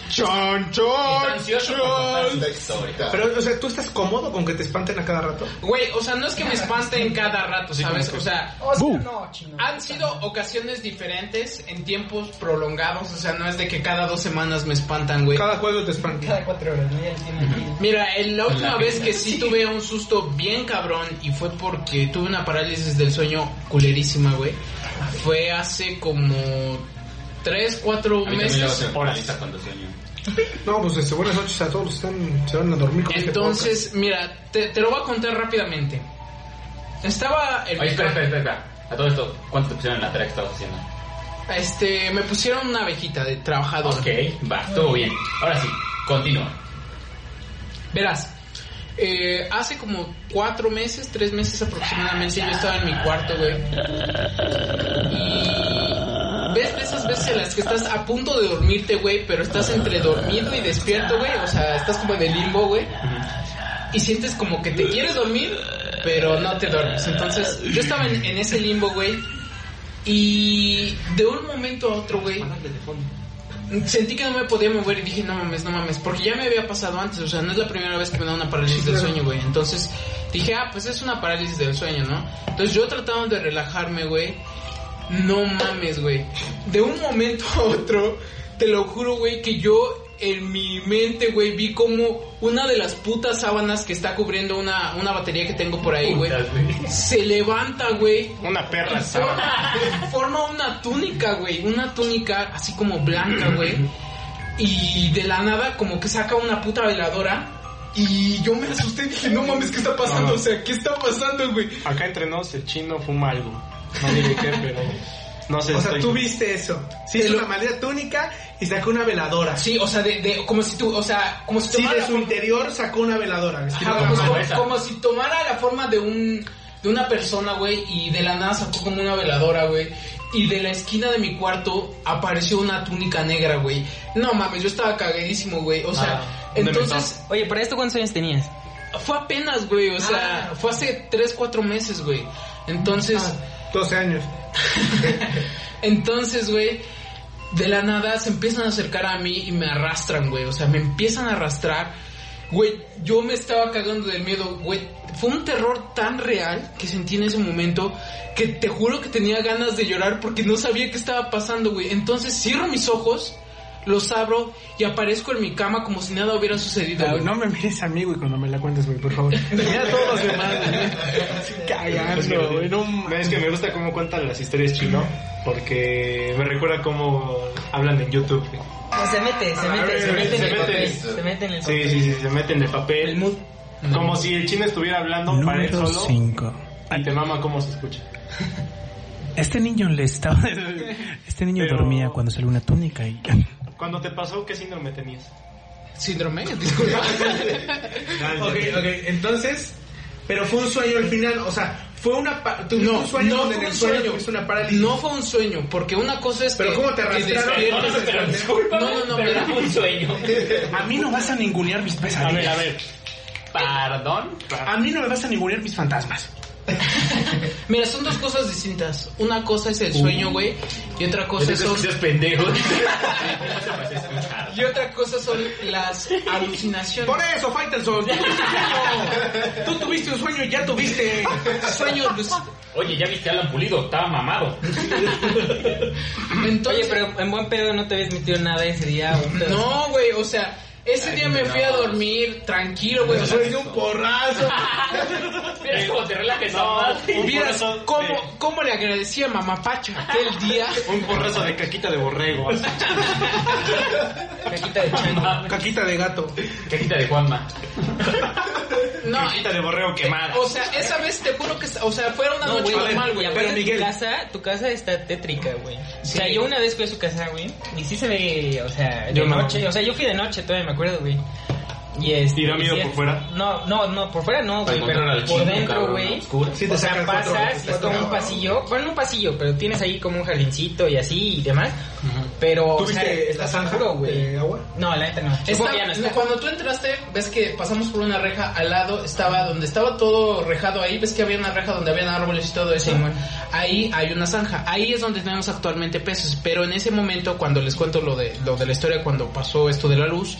Speaker 1: Chon,
Speaker 4: Está
Speaker 1: chon.
Speaker 4: ansioso por contar su-
Speaker 3: La historia.
Speaker 12: Pero, o sea, ¿tú estás cómodo con que te espanten a cada rato?
Speaker 9: Güey, o sea, no es que me espanten cada rato, ¿sabes? O sea, Ah,
Speaker 6: O sea, no, chino.
Speaker 9: han sido ocasiones diferentes en tiempos prolongados, o sea, no es de que cada dos semanas me espantan, güey.
Speaker 12: Cada juego te espantan.
Speaker 6: Cada cuatro horas, ¿no? Ya lo tienen aquí.
Speaker 9: Mira, el- la última vez que sí tuve un susto bien cabrón y fue porque tuve una parálisis del sueño culerísima, güey. Fue hace como 3, 4
Speaker 5: A mí también luego
Speaker 9: meses.
Speaker 5: se me paraliza cuando sueño.
Speaker 12: No, pues este, buenas noches a todos. Están, se van a dormir con este
Speaker 9: Entonces, mira, te, te lo voy a contar rápidamente. Estaba el
Speaker 5: Oye, espera, espera, espera, espera. A todo esto, ¿cuánto te pusieron en la tarea que estabas haciendo?
Speaker 9: este me pusieron una abejita de trabajador.
Speaker 5: Ok, va, estuvo bien. Ahora sí, continúa.
Speaker 9: Verás, eh, hace como cuatro meses, tres meses aproximadamente, yo estaba en mi cuarto, güey. Y ves de esas veces en las que estás a punto de dormirte, güey, pero estás entre dormido y despierto, güey. O sea, estás como en el limbo, güey. Y sientes como que te quieres dormir, pero no te duermes. Entonces, yo estaba en, en ese limbo, güey. Y de un momento a otro, güey, sentí que no me podía mover y dije, no mames, no mames, porque ya me había pasado antes, o sea, no es la primera vez que me da una parálisis del sueño, güey. Entonces dije, ah, pues es una parálisis del sueño, ¿no? Entonces yo trataba de relajarme, güey. No mames, güey. De un momento a otro, te lo juro, güey, que yo en mi mente, güey, vi como una de las putas sábanas que está cubriendo una, una batería que tengo por ahí, güey. Se levanta, güey.
Speaker 1: Una perra estaba.
Speaker 9: Forma, forma una túnica, güey. Una túnica así como blanca, güey. Y de la nada como que saca una puta veladora. Y yo me asusté y dije, no mames, ¿qué está pasando? O sea, ¿qué está pasando, güey?
Speaker 1: Acá entre nos, el chino fuma algo. No diré qué, pero. No sé
Speaker 12: O sea,
Speaker 1: estoy-
Speaker 12: tú viste eso. Sí, es
Speaker 9: Pero-
Speaker 12: una maldita túnica y sacó una veladora.
Speaker 9: Sí, o sea, de, de- como si tú, o sea, como si
Speaker 12: Sí,
Speaker 9: tomara...
Speaker 12: de su interior sacó una veladora.
Speaker 9: Ajá,
Speaker 12: vestido de
Speaker 9: pues, como,
Speaker 12: mamá.
Speaker 9: como- como si tomara la forma de un de una persona, güey, y de la nada sacó como una veladora, güey, y de la esquina de mi cuarto apareció una túnica negra, güey. No mames, yo estaba cagadísimo, güey. O sea,
Speaker 5: Ah, un
Speaker 9: entonces
Speaker 6: Oye, ¿para esto cuántos años tenías?
Speaker 9: fue apenas, güey, o sea, fue hace 3, 4 meses, güey. Entonces,
Speaker 12: 12 años.
Speaker 9: entonces, güey, de la nada se empiezan a acercar a mí y me arrastran, güey. O sea, me empiezan a arrastrar. Güey, yo me estaba cagando del miedo, güey. Fue un terror tan real que sentí en ese momento que te juro que tenía ganas de llorar porque no sabía qué estaba pasando, güey. Entonces cierro mis ojos, los abro y aparezco en mi cama como si nada hubiera sucedido. güey.
Speaker 1: No me mires a mí, güey, cuando me la cuentes, güey, por favor. Mira a todos los demás, güey. Cagando, güey. No
Speaker 2: Es que me gusta cómo cuentan las historias chino, porque me recuerda cómo hablan en YouTube.
Speaker 6: No, se mete, se
Speaker 2: A
Speaker 6: mete,
Speaker 2: ver,
Speaker 6: se mete en
Speaker 2: se
Speaker 6: el
Speaker 2: mete.
Speaker 6: papel. Se mete en el
Speaker 2: Sí,
Speaker 6: papel.
Speaker 2: sí, sí, se meten de papel.
Speaker 6: El mood.
Speaker 2: Como si el chino estuviera hablando para él
Speaker 13: Número
Speaker 2: solo.
Speaker 13: 5.
Speaker 2: Y te mama cómo se escucha.
Speaker 13: Este niño le estaba. Este niño
Speaker 2: Pero-
Speaker 13: dormía cuando salió una túnica y.
Speaker 2: Cuando te pasó, ¿qué síndrome tenías?
Speaker 9: Síndrome, disculpa.
Speaker 1: Ah,
Speaker 12: Ok, ok, entonces. Pero fue un sueño al final, o sea, fue una. pa- tuviste
Speaker 9: No,
Speaker 12: un sueño
Speaker 9: no
Speaker 12: donde
Speaker 9: fue
Speaker 12: en
Speaker 9: un
Speaker 12: el sueño
Speaker 9: sueño.
Speaker 12: tuviste una parálisis.
Speaker 9: No fue un sueño, porque una cosa es
Speaker 12: Pero
Speaker 9: que...
Speaker 12: ¿cómo te
Speaker 9: que
Speaker 12: arrastraron?
Speaker 9: despiertes.
Speaker 12: Entonces, pero
Speaker 9: No, no, no,
Speaker 5: pero
Speaker 9: mira. pues,
Speaker 5: era un sueño.
Speaker 1: A mí no vas a ningunear mis
Speaker 5: A
Speaker 1: pesadillas.
Speaker 5: ver, a ver. Perdón.
Speaker 1: A mí no me vas a ningunear mis fantasmas.
Speaker 9: Mira, son dos cosas distintas. Una cosa es el
Speaker 12: Uh.
Speaker 9: sueño, güey, y otra cosa son...
Speaker 5: pendejos.
Speaker 9: Y otra cosa son las alucinaciones.
Speaker 1: Por eso, Faitelson, tú tuviste un sueño. Tú tuviste un sueño y ya tuviste.
Speaker 9: Sueños luz-
Speaker 5: Oye, ya viste a Alan Pulido, estaba mamado.
Speaker 6: Oye,
Speaker 9: Entonces,
Speaker 6: pero en buen pedo no te habías metido nada ese día. o un pedo.
Speaker 9: No, güey, o sea, ese día me fui a dormir tranquilo, güey. o sea,
Speaker 12: un porrazo.
Speaker 5: Mira cómo te relajes,
Speaker 2: Ah,
Speaker 5: mamá.
Speaker 9: Vieras cómo, cómo le agradecí a mamá Pacha aquel día.
Speaker 2: Un porrazo de caquita de borrego. así.
Speaker 6: Cajita de chango.
Speaker 1: Caquita de gato.
Speaker 5: Quejita de Juanma.
Speaker 9: No,
Speaker 2: Caquita de borrego quemada.
Speaker 9: o sea, esa vez te juro que, o sea, fue una
Speaker 6: No,
Speaker 9: noche
Speaker 6: güey, a ver,
Speaker 9: normal, güey.
Speaker 6: y aparte
Speaker 9: Pero
Speaker 6: tu casa, tu casa está tétrica, güey. O sea,
Speaker 9: Sí.
Speaker 6: yo una vez fui a su casa, güey, y sí se ve, o sea, de
Speaker 2: Yo no.
Speaker 6: noche, o sea, yo fui de noche, todavía me acuerdo, güey. Y este,
Speaker 2: ¿Y da miedo
Speaker 6: sí,
Speaker 2: por fuera?
Speaker 6: No, no, no, por fuera no, güey, pero
Speaker 5: encontrar al
Speaker 6: por
Speaker 5: chino,
Speaker 6: dentro,
Speaker 5: cabrón,
Speaker 6: güey.
Speaker 5: oscuro.
Speaker 12: Sí, te
Speaker 6: o sea,
Speaker 12: sacan cuatro
Speaker 6: pasas,
Speaker 12: veces,
Speaker 6: es
Speaker 12: está
Speaker 6: como un
Speaker 12: cabrón.
Speaker 6: pasillo, bueno, no un pasillo, pero tienes ahí como un jardincito y así y demás. Pero, o sea,
Speaker 12: ¿Tuviste la
Speaker 6: está
Speaker 12: zanja
Speaker 6: oscuro,
Speaker 12: de agua?
Speaker 6: No, la neta no.
Speaker 9: Está-
Speaker 6: Supongo que ya no está.
Speaker 9: Cuando tú entraste, ves que pasamos por una reja al lado, estaba donde estaba todo rejado ahí, ves que había una reja donde habían árboles y todo eso.
Speaker 6: Simón.
Speaker 9: ahí hay una zanja, ahí es donde tenemos actualmente peces, pero en ese momento cuando les cuento lo de lo de la historia cuando pasó esto de la luz,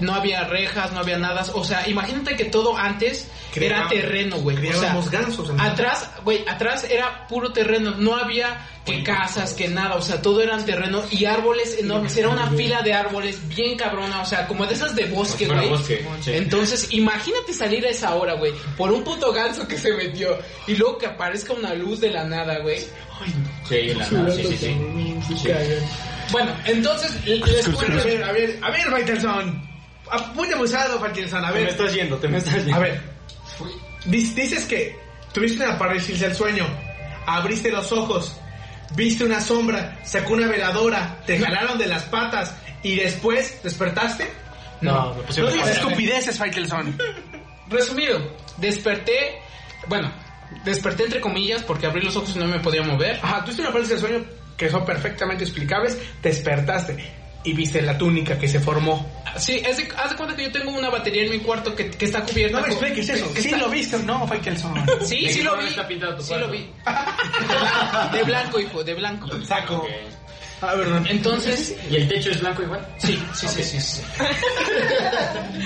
Speaker 9: no había rejas, no había nada, o sea, imagínate que todo antes era
Speaker 12: Creaba-
Speaker 9: terreno, güey. O sea,
Speaker 12: Criábamos gansos. amigo.
Speaker 9: Atrás, güey, atrás era puro terreno, no había que casas, que nada, o sea, todo eran terreno y árboles enormes, era una fila de árboles bien cabrona, o sea, como de esas de bosque,
Speaker 5: Pues, Bueno,
Speaker 9: güey.
Speaker 5: bosque.
Speaker 9: Entonces, imagínate salir a esa hora, güey, por un puto ganso que se metió y luego que aparezca una luz de la nada, güey.
Speaker 5: Sí, la nada, sí, sí, sí.
Speaker 9: Bueno, entonces les
Speaker 12: A
Speaker 9: cuento.
Speaker 12: ver, a ver, a ver, Faitelson. Ah, Muy abusado, Faitelson. A
Speaker 2: Te me
Speaker 12: ver,
Speaker 2: estás yendo, te me estás yendo.
Speaker 12: a ver. Dic- Dices que tuviste una parálisis del sueño. Abriste los ojos. Viste una sombra. Sacó una veladora. Te jalaron de las patas. Y después despertaste.
Speaker 2: No, me
Speaker 1: No
Speaker 2: pusieron
Speaker 1: digas
Speaker 2: la-
Speaker 1: estupideces, Faitelson.
Speaker 9: Resumido, desperté, bueno, desperté entre comillas porque abrí los ojos y no me podía mover.
Speaker 12: Ajá, tuviste una parálisis del sueño que son perfectamente explicables. Te despertaste. Y viste la túnica que se formó.
Speaker 9: Sí, es de- haz de cuenta que yo tengo una batería en mi cuarto que, que está cubierta.
Speaker 12: No me
Speaker 9: con-
Speaker 12: expliques eso.
Speaker 9: que
Speaker 1: Sí
Speaker 9: está-
Speaker 1: lo viste, no, Faitelson.
Speaker 9: Sí,
Speaker 5: ¿De
Speaker 9: sí
Speaker 5: qué
Speaker 9: lo
Speaker 5: color
Speaker 9: vi.
Speaker 5: está pintado tu
Speaker 9: sí
Speaker 5: cuarto?
Speaker 9: lo vi. De blanco, hijo, de blanco.
Speaker 12: Saco.
Speaker 5: Ok.
Speaker 13: Ah,
Speaker 12: A ver, no.
Speaker 9: Entonces,
Speaker 5: ¿Y el techo es blanco igual?
Speaker 9: sí, sí, sí, sí. sí.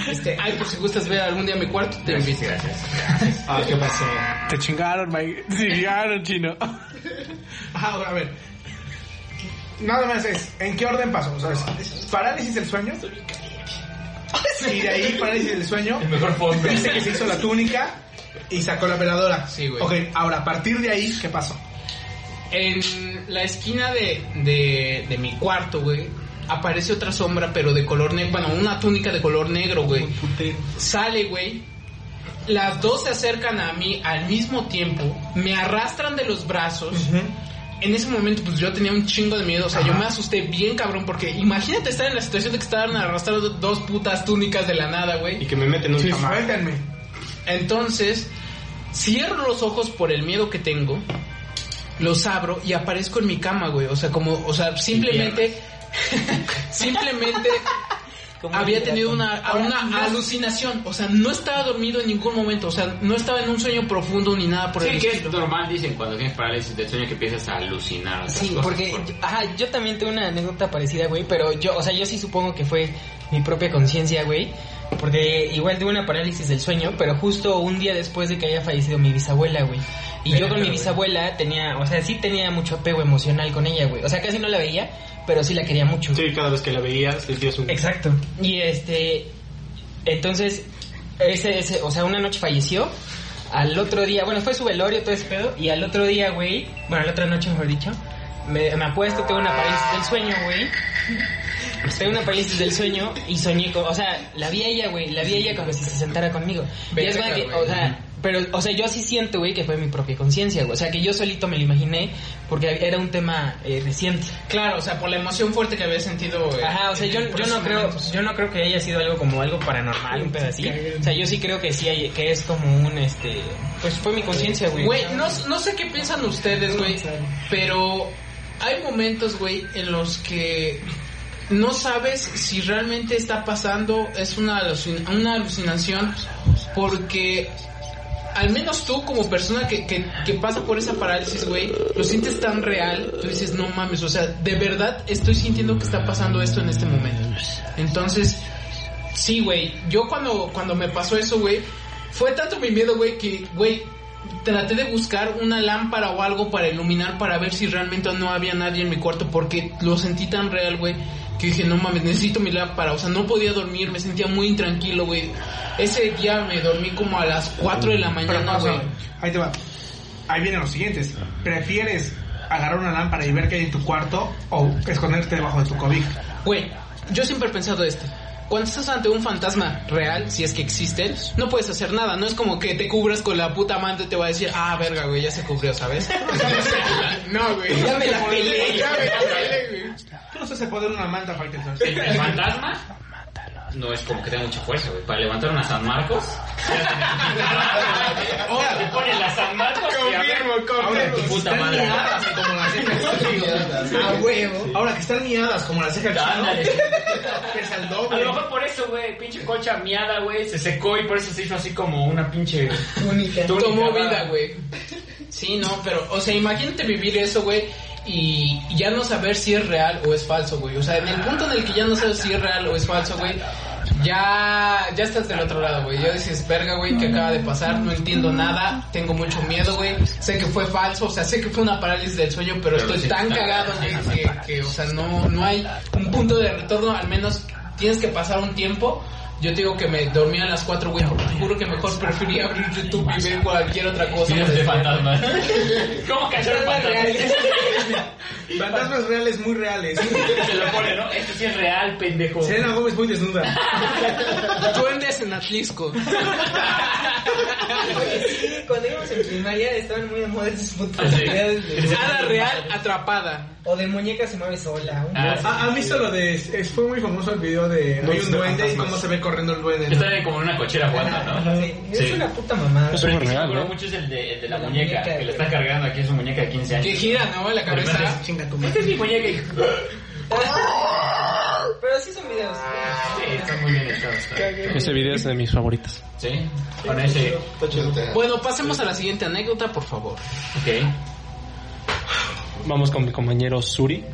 Speaker 9: Este, ay, por si gustas ver algún día mi cuarto, te invito.
Speaker 12: Ah, ¿qué pasó?
Speaker 13: Te chingaron, Mike. Te chingaron, chino.
Speaker 12: Ajá, Ah, a ver. Nada más es, ¿en qué orden pasó? O sea, es parálisis del sueño. Y de ahí parálisis del sueño.
Speaker 5: El mejor fondo.
Speaker 12: Dice que se hizo la túnica y sacó la veladora.
Speaker 9: Sí, güey.
Speaker 12: Ok, ahora, a partir de ahí, ¿qué pasó?
Speaker 9: En la esquina de, de, de mi cuarto, güey, aparece otra sombra, pero de color negro. Bueno, una túnica de color negro, güey. Sale, güey. Las dos se acercan a mí al mismo tiempo. Me arrastran de los brazos. En ese momento, pues yo tenía un chingo de miedo. O sea, yo me asusté bien cabrón. Porque imagínate estar en la situación de que estaban arrastrando dos putas túnicas de la nada,
Speaker 2: Y
Speaker 9: güey.
Speaker 2: que me meten un
Speaker 12: Sí,
Speaker 2: chamán.
Speaker 12: Pues, suéltenme.
Speaker 9: Entonces, cierro los ojos por el miedo que tengo. Los abro y aparezco en mi cama, güey. O sea, como, o sea, simplemente. simplemente.
Speaker 6: Como
Speaker 9: Había
Speaker 6: un
Speaker 9: tenido
Speaker 6: gato.
Speaker 9: una, una alucinación, o sea, no estaba dormido en ningún momento, o sea, no estaba en un sueño profundo ni nada por el
Speaker 5: Sí, que es
Speaker 9: estilo.
Speaker 5: normal, dicen, cuando tienes parálisis del sueño que empiezas a alucinar. otras
Speaker 6: Sí,
Speaker 5: cosas,
Speaker 6: porque, ajá, yo también tengo una anécdota parecida, güey, pero yo, o sea, yo sí supongo que fue mi propia conciencia, güey, porque igual tuve una parálisis del sueño, pero justo un día después de que haya fallecido mi bisabuela, güey, y yo con mi bisabuela tenía, o sea, sí tenía mucho apego emocional con ella, güey, o sea, casi no la veía, pero sí la quería mucho.
Speaker 2: Sí, cada vez que la veías, sentías un...
Speaker 6: Exacto. Y este, entonces, ese, ese, o sea, una noche falleció. Al otro día, bueno, fue su velorio, todo ese pedo. Y al otro día, güey, bueno, la otra noche, mejor dicho, me, me apuesto, tengo una parálisis del sueño, güey. Tengo una parálisis del sueño y soñé con, o sea, la vi a ella, güey, la vi a ella como si se sentara conmigo. Y es
Speaker 9: Verga,
Speaker 6: verdad que,
Speaker 9: güey.
Speaker 6: o sea, pero, o sea, yo sí siento, güey, que fue mi propia conciencia, güey. O sea, que yo solito me lo imaginé porque era un tema eh, reciente.
Speaker 9: Claro, o sea, por la emoción fuerte que había sentido. eh,
Speaker 6: Ajá, o sea, yo,
Speaker 9: por
Speaker 6: yo
Speaker 9: esos
Speaker 6: no creo,
Speaker 9: momentos.
Speaker 6: yo no creo que haya sido algo como algo paranormal, un pedo así. O sea, yo sí creo que sí hay, que es como un este, pues fue mi conciencia, güey.
Speaker 9: Güey, no, no sé qué piensan ustedes, güey, pero hay momentos, güey, en los que no sabes si realmente está pasando, es una, alucin- una alucinación, porque al menos tú como persona que, que, que pasa por esa parálisis, güey, lo sientes tan real, tú dices, no mames, o sea, de verdad estoy sintiendo que está pasando esto en este momento. Entonces, sí, güey, yo cuando, cuando me pasó eso, güey, fue tanto mi miedo, güey, que, güey, traté de buscar una lámpara o algo para iluminar para ver si realmente no había nadie en mi cuarto porque lo sentí tan real, güey, que dije, no mames, necesito mi lámpara, o sea, no podía dormir, me sentía muy intranquilo, güey. Ese día me dormí como a las 4 de la mañana, güey.
Speaker 1: Ahí te va. Ahí vienen los siguientes.
Speaker 5: Ah.
Speaker 1: ¿Prefieres agarrar una lámpara y ver qué hay en tu cuarto o esconderte debajo de tu cobija?
Speaker 9: Güey, yo siempre he pensado esto cuando estás ante un fantasma real, si es que existen, no puedes hacer nada. No es como que te cubras con la puta manta y te va a decir, ah, verga, güey, ya se cubrió, ¿sabes? no, güey.
Speaker 6: Ya me la peleé,
Speaker 1: ya me la peleé, güey. Tú no se poner una manta, Fighter.
Speaker 5: ¿El fantasma? No es como que tenga mucha fuerza, güey. Para levantar una San Marcos. Ahora se pone la San Marcos.
Speaker 1: Confirmo, confirmo.
Speaker 5: Ahora tu puta madre.
Speaker 1: Miadas, como las cejas.
Speaker 6: A huevo.
Speaker 1: Ahora que están miadas como las cejas.
Speaker 5: Ándale.
Speaker 1: Te saldó,
Speaker 5: A
Speaker 1: güey.
Speaker 5: lo mejor por eso, güey, pinche colcha miada, güey, se secó y por eso se hizo así como una pinche
Speaker 6: Única.
Speaker 5: túnica,
Speaker 9: Tomó
Speaker 5: va.
Speaker 9: vida, güey. Sí, no, pero, o sea, imagínate vivir eso, güey, y ya no saber si es real o es falso, güey. O sea, en el punto en el que ya no sabes si es real o es falso, güey, ya, ya estás del otro lado, güey. Ya dices, verga, güey, ¿qué acaba de pasar? No entiendo nada, tengo mucho miedo, güey. Sé que fue falso, o sea, sé que fue una parálisis del sueño, pero, estoy tan cagado, güey, que, que, o sea, no, no hay un punto de retorno, al menos tienes que pasar un tiempo. Yo te digo que me dormía a las 4, güey. Te juro que mejor prefería abrir YouTube y ver cualquier otra cosa.
Speaker 5: Videos de fantasmas.
Speaker 6: Pero
Speaker 5: ¿Cómo cachar
Speaker 6: es
Speaker 5: fantasmas?
Speaker 6: real.
Speaker 1: Fantasmas reales muy reales.
Speaker 5: Se lo pone, ¿no? Esto sí es real, pendejo.
Speaker 1: Selena Gómez muy desnuda.
Speaker 9: Duendes en Atlisco.
Speaker 6: Oye, sí, cuando íbamos en primaria estaban muy de moda esas putas
Speaker 5: Ah, sí.
Speaker 6: ideas de-
Speaker 9: Ada real atrapada.
Speaker 6: O de muñeca se mueve sola. un-
Speaker 5: Ah, sí.
Speaker 1: Ah, ¿Han visto lo de.? es- fue muy famoso el video de. Hay un duende y cómo se ve corriendo el duende. ¿no?
Speaker 5: Está como en una cochera jugando, ¿no?
Speaker 6: Sí, Es
Speaker 5: Sí. Pues,
Speaker 6: una puta mamada.
Speaker 5: Pero el que se me
Speaker 13: real,
Speaker 5: acuerdo
Speaker 13: ¿no?
Speaker 5: mucho es el de, el de la,
Speaker 6: La
Speaker 5: muñeca,
Speaker 6: muñeca,
Speaker 5: que le
Speaker 6: güey.
Speaker 5: está cargando aquí a su muñeca de
Speaker 9: Que
Speaker 5: 15 años.
Speaker 9: gira, ¿no? La cabeza. Este
Speaker 1: Chinga tu
Speaker 5: Esta
Speaker 1: madre.
Speaker 5: es mi muñeca. hijo.
Speaker 6: Pero sí son videos.
Speaker 5: Sí, están muy bien hechos.
Speaker 13: Ese video es de mis favoritos.
Speaker 5: Sí, con ese.
Speaker 9: Bueno, pasemos a la siguiente anécdota, por favor.
Speaker 5: Ok.
Speaker 13: Vamos con mi compañero Suri.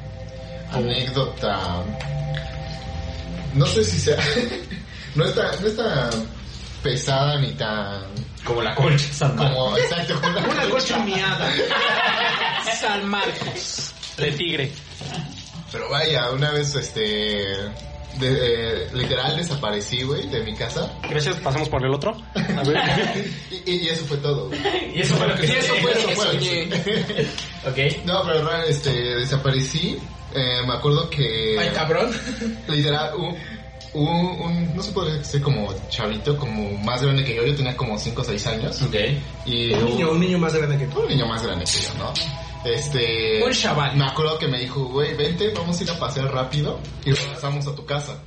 Speaker 3: anécdota. No sé si sea. no está, no está pesada ni tan.
Speaker 5: Como la colcha. San Marcos.
Speaker 3: Como, exacto, como una-
Speaker 1: Una coche miada.
Speaker 9: San Marcos.
Speaker 13: De tigre.
Speaker 3: Pero vaya, una vez este. de- eh, literal desaparecí, güey, de mi casa.
Speaker 13: Gracias, pasamos por el otro. A ver.
Speaker 3: Y, y eso fue todo, güey.
Speaker 5: Y eso fue lo que
Speaker 9: Y eso fue lo que
Speaker 3: Eso
Speaker 9: soñé.
Speaker 5: Ok.
Speaker 3: No, pero real, este, desaparecí. Eh, me acuerdo que.
Speaker 9: Ay, cabrón.
Speaker 3: Literal, un, un, un- no se podría decir como chavito, como más grande que yo, yo tenía como 5 o 6 años.
Speaker 5: Ok.
Speaker 3: Y
Speaker 1: Un niño, un niño más grande que tú.
Speaker 3: un niño más grande que yo, ¿no? Este...
Speaker 9: Un chaval.
Speaker 3: Me acuerdo que me dijo, güey, vente, vamos a ir a pasear rápido y regresamos a tu casa.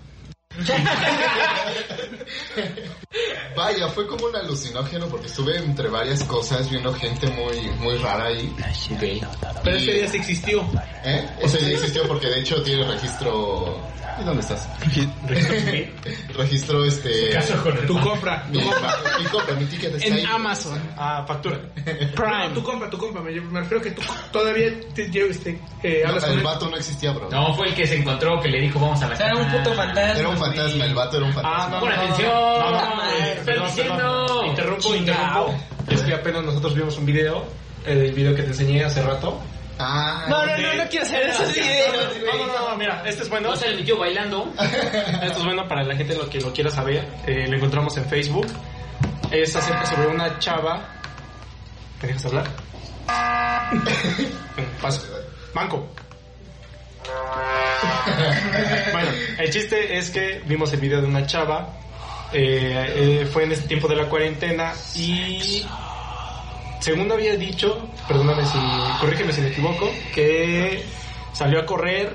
Speaker 3: Vaya, fue como un alucinógeno porque estuve entre varias cosas viendo gente muy, muy rara ahí.
Speaker 1: Pero ese día sí existió.
Speaker 3: ¿Eh? Ese día existió porque de hecho tiene registro... ¿Y dónde estás? registro este...
Speaker 1: Tu compra.
Speaker 3: Mi compra, mi compra, mi ticket está ahí.
Speaker 9: En Amazon.
Speaker 1: Ah, factura.
Speaker 9: Prime.
Speaker 1: Tu compra, tu compra. Me, me refiero que tú todavía te, yo, este, eh,
Speaker 3: No,
Speaker 1: hablas con
Speaker 3: el
Speaker 1: él.
Speaker 3: vato no existía, bro.
Speaker 5: No, fue el que se encontró que le dijo vamos a la
Speaker 6: Era un puto fantasma.
Speaker 3: Era un fantasma, el vato era un fantasma.
Speaker 5: Pon atención.
Speaker 1: Ah,
Speaker 6: no, no,
Speaker 1: eh,
Speaker 5: Estoy
Speaker 2: perdón,
Speaker 5: diciendo.
Speaker 2: perdón. Interrumpo,
Speaker 9: Chingao.
Speaker 2: interrumpo. Es que apenas nosotros vimos un video, el video que te enseñé hace rato.
Speaker 3: Ah,
Speaker 9: No, no, no, no quiero hacer esos videos.
Speaker 2: No, no, no, no, mira, este es bueno.
Speaker 5: No se le metió bailando.
Speaker 2: Esto es bueno para la gente lo que lo quiera saber. Eh, lo encontramos en Facebook. Es acerca sobre una chava. ¿Me dejas hablar? Paso. Manco. Bueno, el chiste es que vimos el video de una chava. eh, eh, fue en este tiempo de la cuarentena y según había dicho, perdóname si, corrígeme si me equivoco, que salió a correr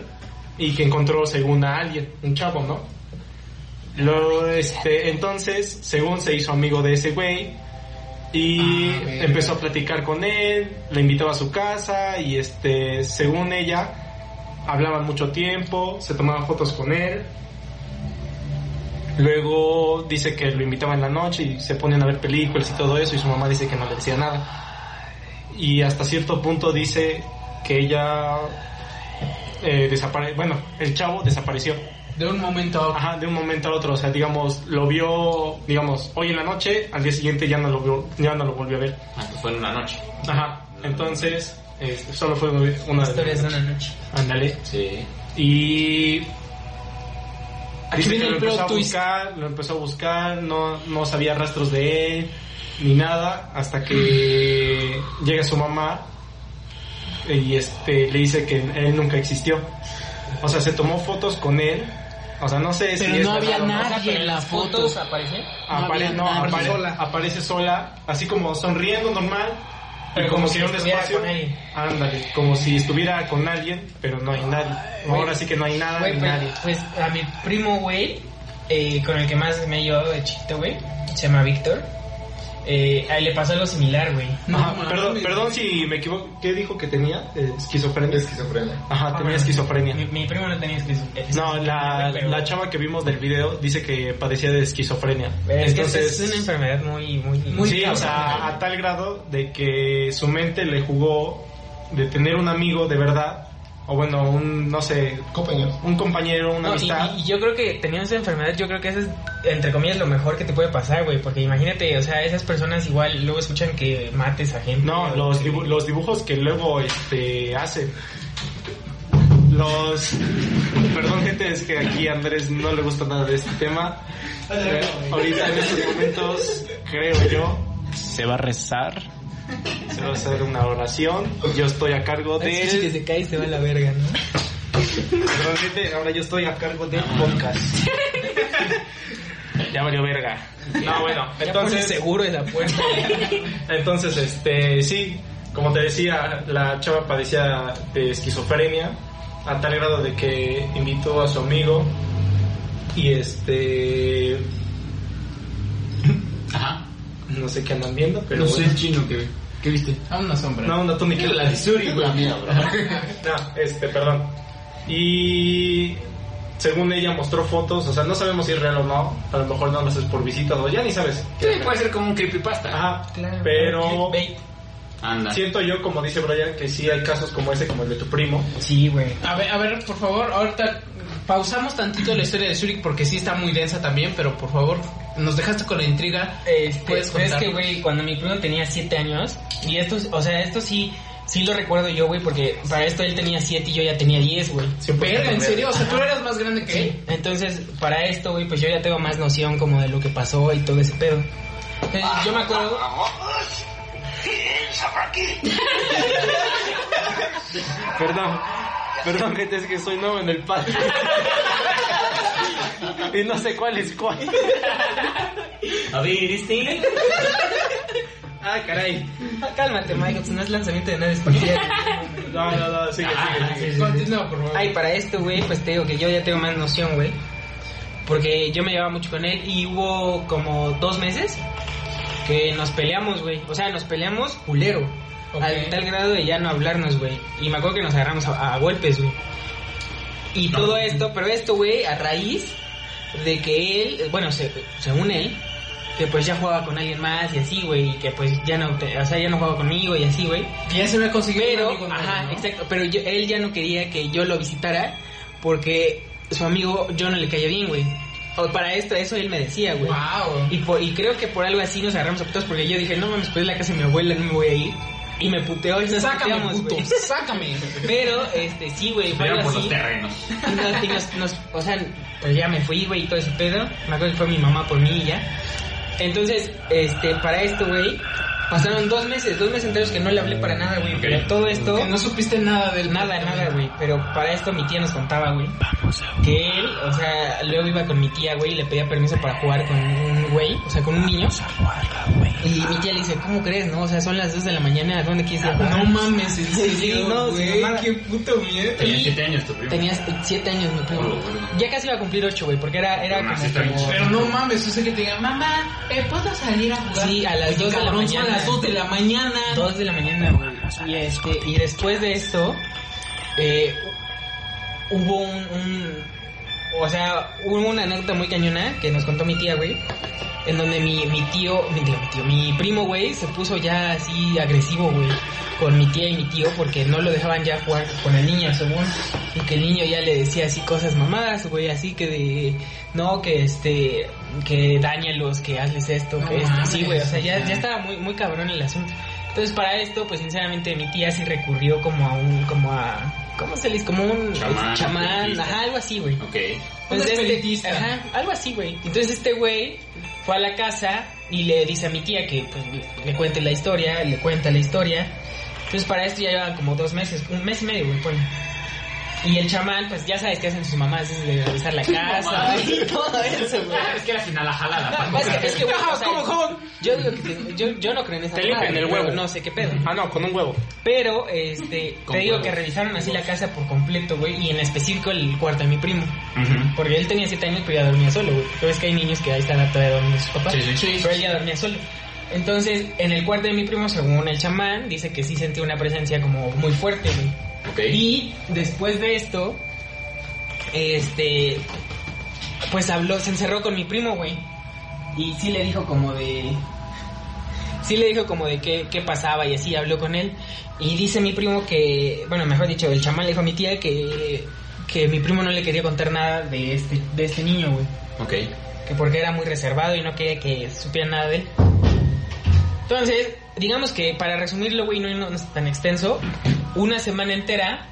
Speaker 2: y que encontró según a alguien, un chavo, ¿no? Lo, este, entonces, según se hizo amigo de ese güey y empezó a platicar con él, le invitaba a su casa y este, según ella, hablaban mucho tiempo, se tomaban fotos con él.
Speaker 1: Luego dice que lo invitaba en la noche y se ponen a ver películas y todo eso y su mamá dice que no le decía nada. Y hasta cierto punto dice que ella eh, desapareció, bueno, el chavo desapareció.
Speaker 9: De un momento a otro.
Speaker 1: Ajá, de un momento a otro, o sea, digamos, lo vio, digamos, hoy en la noche, al día siguiente ya no lo, vio, ya no lo volvió a ver.
Speaker 5: Ah, pues fue en una noche.
Speaker 1: Ajá, entonces, eh, solo fue una, una
Speaker 6: Historias de una noche.
Speaker 1: Ándale.
Speaker 5: Sí.
Speaker 1: Y
Speaker 9: Aquí
Speaker 1: Dice
Speaker 9: viene
Speaker 1: que
Speaker 9: el
Speaker 1: lo empezó,
Speaker 9: plot
Speaker 1: a
Speaker 9: twist.
Speaker 1: buscar, lo empezó a buscar, no, no sabía rastros de él, ni nada, hasta que llega su mamá y este le dice que él nunca existió. O sea, se tomó fotos con él. O sea, no sé si
Speaker 9: Pero
Speaker 1: es
Speaker 9: no
Speaker 1: verdad
Speaker 9: había
Speaker 1: o no.
Speaker 9: nadie en la foto.
Speaker 6: ¿Fotos aparecen?
Speaker 1: Apare-
Speaker 9: había
Speaker 1: no,
Speaker 9: nadie.
Speaker 1: apare-
Speaker 9: Sola.
Speaker 1: aparece sola, así como sonriendo normal,
Speaker 6: Pero
Speaker 1: y como,
Speaker 6: como
Speaker 1: si
Speaker 6: si
Speaker 1: era un
Speaker 6: estuviera
Speaker 1: espacio.
Speaker 6: con alguien.
Speaker 1: Ándale, como si estuviera con alguien, pero no hay nadie. Ahora sí que no hay nada,
Speaker 6: Güey,
Speaker 1: ni
Speaker 6: pues,
Speaker 1: nadie.
Speaker 6: pues, a mi primo, güey, eh, con el que más me he llevado de chiquito, güey, se llama Víctor. Eh, a él le pasó algo similar, güey.
Speaker 1: Ajá,
Speaker 9: mames.
Speaker 1: perdón, perdón si me equivoco. ¿Qué dijo que tenía? Eh, esquizofrenia.
Speaker 2: Esquizofrenia.
Speaker 6: Ah,
Speaker 1: Ajá, Ah, tenía esquizofrenia.
Speaker 6: Mi, mi primo no tenía esquizofrenia.
Speaker 1: No, la, la chava que vimos del video dice que padecía de esquizofrenia.
Speaker 6: Es que
Speaker 1: Entonces,
Speaker 6: es una enfermedad muy, muy, muy
Speaker 1: sí, o sea, a tal grado de que su mente le jugó de tener un amigo de verdad, o bueno, un, no sé,
Speaker 2: Compañero.
Speaker 1: un compañero, una
Speaker 6: No, y,
Speaker 1: amistad.
Speaker 6: y yo creo que teniendo esa enfermedad, yo creo que eso es, entre comillas, lo mejor que te puede pasar, güey. Porque imagínate, o sea, esas personas igual luego escuchan que mates a gente.
Speaker 1: No,
Speaker 6: o
Speaker 1: los,
Speaker 6: que-
Speaker 1: dibu- los dibujos que luego este, hace. Los. Perdón, gente, es que aquí a Andrés no le gusta nada de este tema. Pero ahorita en estos momentos, creo yo,
Speaker 14: Se va a rezar.
Speaker 1: se va a hacer una oración. Yo estoy a cargo
Speaker 6: Ay, sí, que
Speaker 1: del.
Speaker 6: se cae y se va a la verga, ¿no?
Speaker 1: Perdón, gente, ahora yo estoy a cargo del podcast.
Speaker 5: Ya valió verga.
Speaker 1: No, bueno,
Speaker 6: Entonces,
Speaker 1: entonces.
Speaker 6: seguro es la puerta.
Speaker 1: Entonces, este, sí, como te decía, la chava padecía de esquizofrenia a tal grado de que invitó a su amigo y este,
Speaker 5: Ajá.
Speaker 1: no sé qué andan viendo, pero bueno.
Speaker 5: el chino que ¿Qué viste?
Speaker 9: A una sombra.
Speaker 1: no, no, tú ni qué.
Speaker 5: La de Suri, güey. La mía,
Speaker 1: No, este, perdón. Y según ella mostró fotos, o sea, no sabemos si es real o no, a lo mejor no lo haces por visitas o ya ni sabes.
Speaker 5: Sí, puede ser como un creepypasta.
Speaker 1: Ajá, pero
Speaker 6: Clickbait.
Speaker 5: Anda.
Speaker 1: siento yo, como dice Brian, que sí hay casos como ese, como el de tu primo.
Speaker 6: Sí, güey.
Speaker 9: A ver, a ver, por favor, ahorita pausamos tantito la historia de Zurich porque sí está muy densa también, pero por favor, nos dejaste con la intriga.
Speaker 6: Este,
Speaker 9: ¿Puedes
Speaker 6: pues es
Speaker 9: contar?
Speaker 6: que, güey, cuando mi primo tenía 7 años, y esto, o sea, esto sí, sí lo recuerdo yo, güey, porque para esto él tenía 7 y yo ya tenía 10, güey.
Speaker 9: Verga, en serio, o sea, tú eras más grande que él.
Speaker 6: Entonces, para esto, güey, pues yo ya tengo más noción como de lo que pasó y todo ese pedo. Eh, yo me acuerdo...
Speaker 1: Perdón, perdón gente, es que soy nuevo en el parque. y no sé cuál es cuál.
Speaker 5: A ver, este.
Speaker 1: Ah, caray.
Speaker 6: Ah, Cálmate, Michael, si no es lanzamiento de nada especial.
Speaker 1: No, no, no, sigue,
Speaker 9: Ah,
Speaker 1: sigue, sigue.
Speaker 9: Continúa, por favor.
Speaker 6: Ay, para esto, güey, pues te digo que yo ya tengo más noción, güey. Porque yo me llevaba mucho con él y hubo como dos meses que nos peleamos, güey. O sea, nos peleamos culero.
Speaker 9: Ok.
Speaker 6: Al tal grado de ya no hablarnos, güey. Y me acuerdo que nos agarramos a, a golpes, güey. Y todo esto, pero esto, güey, a raíz de que él, bueno, se- según él, que pues ya jugaba con alguien más y así, güey. Y que pues ya no, te- o sea, ya no jugaba conmigo y así, güey.
Speaker 9: Que ya se había conseguido un amigo
Speaker 6: Pero,
Speaker 9: nuevo,
Speaker 6: ajá,
Speaker 9: ¿no?
Speaker 6: exacto. Pero yo- él ya no quería que yo lo visitara porque su amigo yo no le caía bien, güey. O para esto, eso él me decía, güey.
Speaker 9: Wow.
Speaker 6: Y, por- y creo que por algo así nos agarramos a putos porque yo dije, no mames, pues es la casa de mi abuela, no me voy a ir. Y me puteó y nos
Speaker 9: Sácame,
Speaker 6: puteamos,
Speaker 9: puto,
Speaker 6: güey.
Speaker 9: sácame.
Speaker 6: Pero, este, sí, güey, fue
Speaker 5: Pero
Speaker 6: algo
Speaker 5: por los
Speaker 6: así.
Speaker 5: terrenos.
Speaker 6: Y nos- y nos- nos- o sea, pues ya me fui, güey, y todo ese pedo. Me acuerdo que fue mi mamá por mí y ya. Entonces, este, para esto, güey, pasaron dos meses, dos meses enteros que no le hablé para nada, güey. Pero todo esto,
Speaker 9: Que No supiste nada del
Speaker 6: nada, nada, güey. Pero para esto mi tía nos contaba, güey, que él, o sea, luego iba con mi tía, güey, y le pedía permiso para jugar con un güey, o sea, con un niño. Y mi tía le dice, ¿cómo crees, no? O sea, son las 2 de la mañana, ¿a dónde quieres ir?
Speaker 9: No mames, en
Speaker 6: Sí, sí,
Speaker 9: serio,
Speaker 6: no, sí,
Speaker 9: güey.
Speaker 6: mamada.
Speaker 9: Qué puto miedo.
Speaker 5: Tenía 7 años tu primo.
Speaker 6: Tenías 7 años, mi primo. Ya casi iba a cumplir 8, güey, porque era, era
Speaker 5: No, Oh,
Speaker 6: como...
Speaker 5: sí está bien
Speaker 6: como-
Speaker 9: Pero no mames, o sea que te digan, mamá, ¿eh, ¿puedo salir a jugar?
Speaker 6: Sí, a las
Speaker 9: Oye,
Speaker 6: dos de la
Speaker 9: cabrón,
Speaker 6: mañana.
Speaker 9: Son las 2 de la mañana. Ah,
Speaker 6: 2 de la mañana, güey. Y, este, y después de esto, eh, hubo un, un- O sea, hubo una anécdota muy cañona que nos contó mi tía, güey. En donde mi, mi tío, mi tío, mi tío, mi primo, güey, se puso ya así agresivo, güey, con mi tía y mi tío porque no lo dejaban ya jugar con el niño, según. Y que el niño ya le decía así cosas mamadas, güey, así que de, no, que este, que dañalos, que hazles esto, que
Speaker 9: No
Speaker 6: esto.
Speaker 9: mames,
Speaker 6: Sí, güey, o sea, ya,
Speaker 9: ya.
Speaker 6: ya estaba muy, muy cabrón el asunto. Entonces, para esto, pues sinceramente mi tía sí recurrió como a un, como a, ¿cómo se les? Como un
Speaker 5: Chamán,
Speaker 6: chamán
Speaker 5: espiritista.
Speaker 6: ajá, algo así, güey.
Speaker 5: Ok.
Speaker 6: Entonces, este-
Speaker 9: espiritista.
Speaker 6: ajá, algo así, güey. Entonces este güey fue a la casa y le dice a mi tía que pues, le- le cuente la historia, le cuenta la historia. Entonces para esto ya llevan como dos meses, un mes y medio, güey, ponle. Y el chamán, pues ya sabes qué hacen sus mamás, es de revisar la casa
Speaker 5: mamás.
Speaker 6: y todo eso, güey.
Speaker 5: Ah, es que era final la jalada.
Speaker 6: No,
Speaker 5: Paco.
Speaker 6: es que, es que, güey, o sea, yo, digo que te- yo, yo no creo en esa
Speaker 1: Te limpian el huevo.
Speaker 6: No sé qué pedo.
Speaker 1: Ah, no, con un huevo.
Speaker 6: Pero, este,
Speaker 5: Con
Speaker 6: te digo
Speaker 5: huevo.
Speaker 6: que revisaron así la casa por completo, güey, y en específico el cuarto de mi primo. Porque él tenía 7 años, pero ya dormía solo, güey. Pero es que hay niños que ahí están todavía dormiendo sus papás.
Speaker 5: Sí, sí.
Speaker 6: Pero él ya dormía solo. Entonces, en el cuarto de mi primo, según el chamán, dice que sí sentía una presencia como muy fuerte, güey.
Speaker 5: Ok.
Speaker 6: Y después de esto, este, pues habló, se encerró con mi primo, güey. Y sí le dijo como de... Sí le dijo como de qué, qué pasaba y así habló con él. Y dice mi primo que, bueno, mejor dicho, el chamán le dijo a mi tía que, que mi primo no le quería contar nada de este, de este niño, güey.
Speaker 5: Ok.
Speaker 6: Que porque era muy reservado y no quería que supieran nada de él. Entonces, digamos que para resumirlo, güey, no, no- no es tan extenso. Una semana entera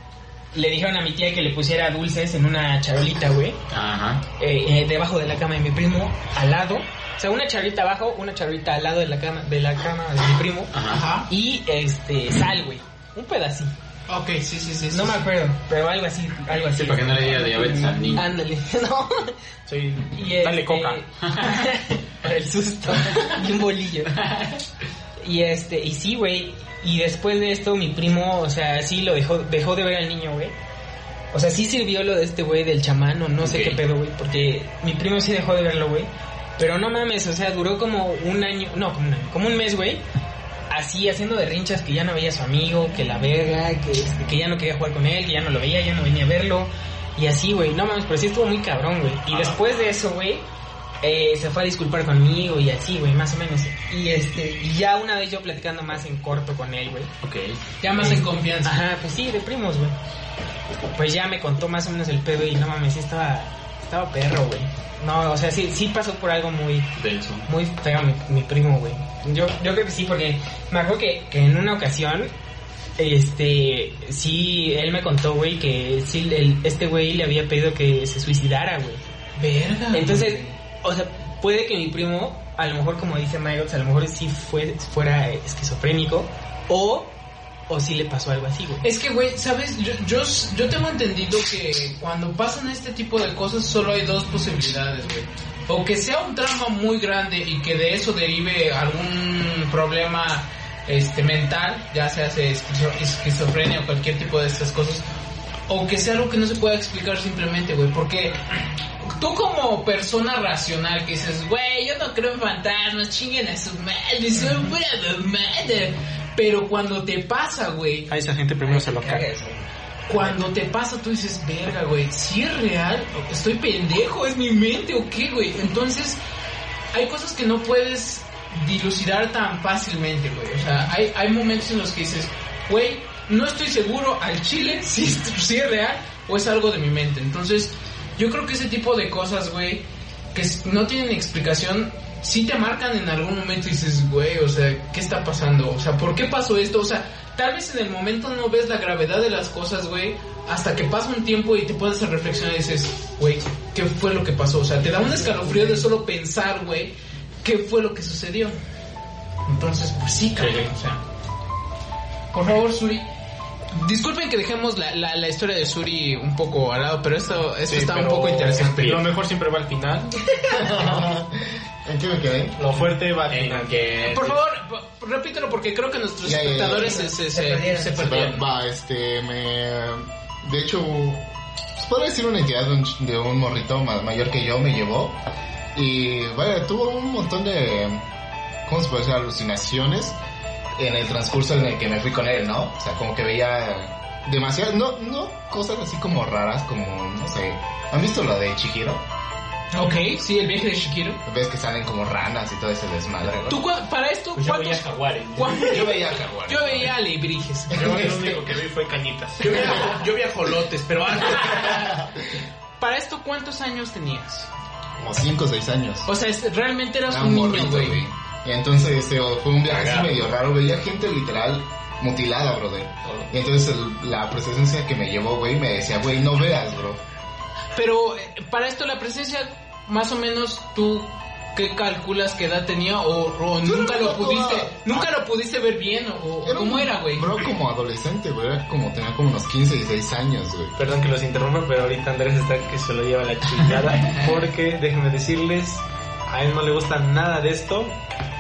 Speaker 6: le dijeron a mi tía que le pusiera dulces en una charolita, güey.
Speaker 5: Ajá.
Speaker 6: eh, eh, debajo de la cama de mi primo, al lado. O sea, una charolita abajo, una charolita al lado de la cama de, la cama de mi primo.
Speaker 5: Ajá.
Speaker 6: Y este, sal, güey. Un pedacito.
Speaker 15: Ok, sí, sí, sí.
Speaker 6: No me acuerdo, pero algo así, algo así.
Speaker 5: Sí, para que no le diera diabetes al niño.
Speaker 6: Ándale, no.
Speaker 1: Sí.
Speaker 6: Y
Speaker 1: Dale
Speaker 6: este-
Speaker 1: coca.
Speaker 6: para el susto. Y un bolillo. Y este, y sí, güey. Y después de esto, mi primo, o sea, sí lo dejó, dejó de ver al niño, güey. O sea, sí sirvió lo de este güey del chamán o no sé
Speaker 5: Ok.
Speaker 6: qué pedo, güey. Porque mi primo sí dejó de verlo, güey. Pero no mames, o sea, duró como un año, no, como un año, como un mes, güey. Así, haciendo derrinchas que ya no veía a su amigo, que la verga, que, este, que ya no quería jugar con él, que ya no lo veía, ya no venía a verlo. Y así, güey, no mames, pero sí estuvo muy cabrón, güey. Y después de eso, güey, eh, se fue a disculpar conmigo y así, güey, más o menos. Y este, y ya una vez yo platicando más en corto con él, güey.
Speaker 5: Ok.
Speaker 9: Ya más en confianza.
Speaker 6: Ajá, pues sí, de primos, güey. Pues ya me contó más o menos el pedo y no mames, sí estaba, estaba perro, güey. No, o sea, sí, sí pasó por algo muy,
Speaker 5: Denso.
Speaker 6: muy feo mi, mi primo, güey. Yo, yo creo que sí, porque me acuerdo que, que en una ocasión, este, sí, él me contó, güey, que sí, el- este güey le había pedido que se suicidara, güey.
Speaker 1: Ah.
Speaker 9: Verga.
Speaker 6: Entonces, o sea, puede que mi primo, a lo mejor como dice Miles, a lo mejor sí fue, fuera esquizofrénico o, o sí le pasó algo así, güey.
Speaker 9: Es que, güey, ¿sabes? Yo, yo, yo tengo entendido que cuando pasan este tipo de cosas solo hay dos posibilidades, güey. O que sea un trauma muy grande y que de eso derive algún problema este, mental, ya sea se- esquizo- esquizofrenia o cualquier tipo de estas cosas. O que sea algo que no se pueda explicar simplemente, güey. Porque tú como persona racional que dices, güey, yo no creo en fantasmas, chinguen a su madre, son buena madre. Pero cuando te pasa, güey,
Speaker 1: A esa gente primero se lo caga.
Speaker 6: Cagas, güey.
Speaker 9: cuando te pasa tú dices, verga, güey, si es real, estoy pendejo, es mi mente o qué, güey. Entonces, hay cosas que no puedes dilucidar tan fácilmente, güey. O sea, hay, hay momentos en los que dices, güey, no estoy seguro al chile si, es- si es real o es algo de mi mente. Entonces, yo creo que ese tipo de cosas, güey, que s- no tienen explicación, sí te marcan en algún momento y dices, güey, o sea, ¿qué está pasando? O sea, ¿por qué pasó esto? O sea, tal vez en el momento no ves la gravedad de las cosas, güey, hasta que pasa un tiempo y te puedes a reflexionar y dices, güey, ¿qué fue lo que pasó? O sea, te da un escalofrío de solo pensar, güey, ¿qué fue lo que sucedió? Entonces, pues sí, cabrón, o sea. Por favor, Suri. Disculpen que dejemos la, la, la historia de Suri un poco al lado, pero esto, esto
Speaker 1: Sí,
Speaker 9: está un
Speaker 1: pero
Speaker 9: poco interesante.
Speaker 1: Lo mejor siempre va al final.
Speaker 3: ¿En qué me quedé?
Speaker 1: Lo fuerte va al
Speaker 5: En
Speaker 1: final.
Speaker 5: que...
Speaker 9: Por favor, p- repítelo porque creo que nuestros
Speaker 3: Ya, ya, ya.
Speaker 9: espectadores se, se, se- se perdieron.
Speaker 3: Pues Va, este, me... De hecho, se podría decir una entidad de un, de un morrito más mayor que yo me llevó. Y, vaya, tuvo un montón de, ¿cómo se puede decir? Alucinaciones en el transcurso en el que me fui con él, ¿no? O sea, como que veía demasiado, no, no cosas así como raras, como, no sé, ¿han visto lo de Chihiro?
Speaker 9: Ok, sí, el viaje de Shikiro.
Speaker 3: Ves que salen como ranas y todo ese desmadre, ¿no?
Speaker 9: ¿Tú cua- para esto,
Speaker 1: Pues yo
Speaker 9: cuántos-
Speaker 1: veía jaguares.
Speaker 9: cuántos-
Speaker 3: Yo veía jaguares.
Speaker 9: Yo veía alebrijes.
Speaker 1: Yo lo único que vi fue cañitas.
Speaker 2: Yo vi, yo vi ajolotes, pero antes.
Speaker 9: Para esto, ¿cuántos años tenías?
Speaker 3: Como 5 o 6 años.
Speaker 9: O sea, es- realmente eras
Speaker 3: Era
Speaker 9: un niño,
Speaker 3: morrito,
Speaker 9: güey.
Speaker 3: güey. Y entonces este, o- fue un viaje así medio raro, veía gente literal mutilada, brother. Y entonces el- la presencia que me llevó, güey, me decía, güey, no veas, bro.
Speaker 9: Pero eh, para esto, la presencia, más o menos tú. ¿Qué calculas que edad tenía o, o
Speaker 3: Yo
Speaker 9: nunca
Speaker 3: no
Speaker 9: lo
Speaker 3: me
Speaker 9: pudiste
Speaker 3: acuerdo.
Speaker 9: nunca lo pudiste ver bien o- o cómo
Speaker 3: un
Speaker 9: era güey?
Speaker 3: Bro, como adolescente, güey, era como tenía como unos 15 y 6 años, güey.
Speaker 1: Perdón que los interrumpa, pero ahorita Andrés está que se lo lleva la chingada. Porque déjenme decirles, a él no le gusta nada de esto.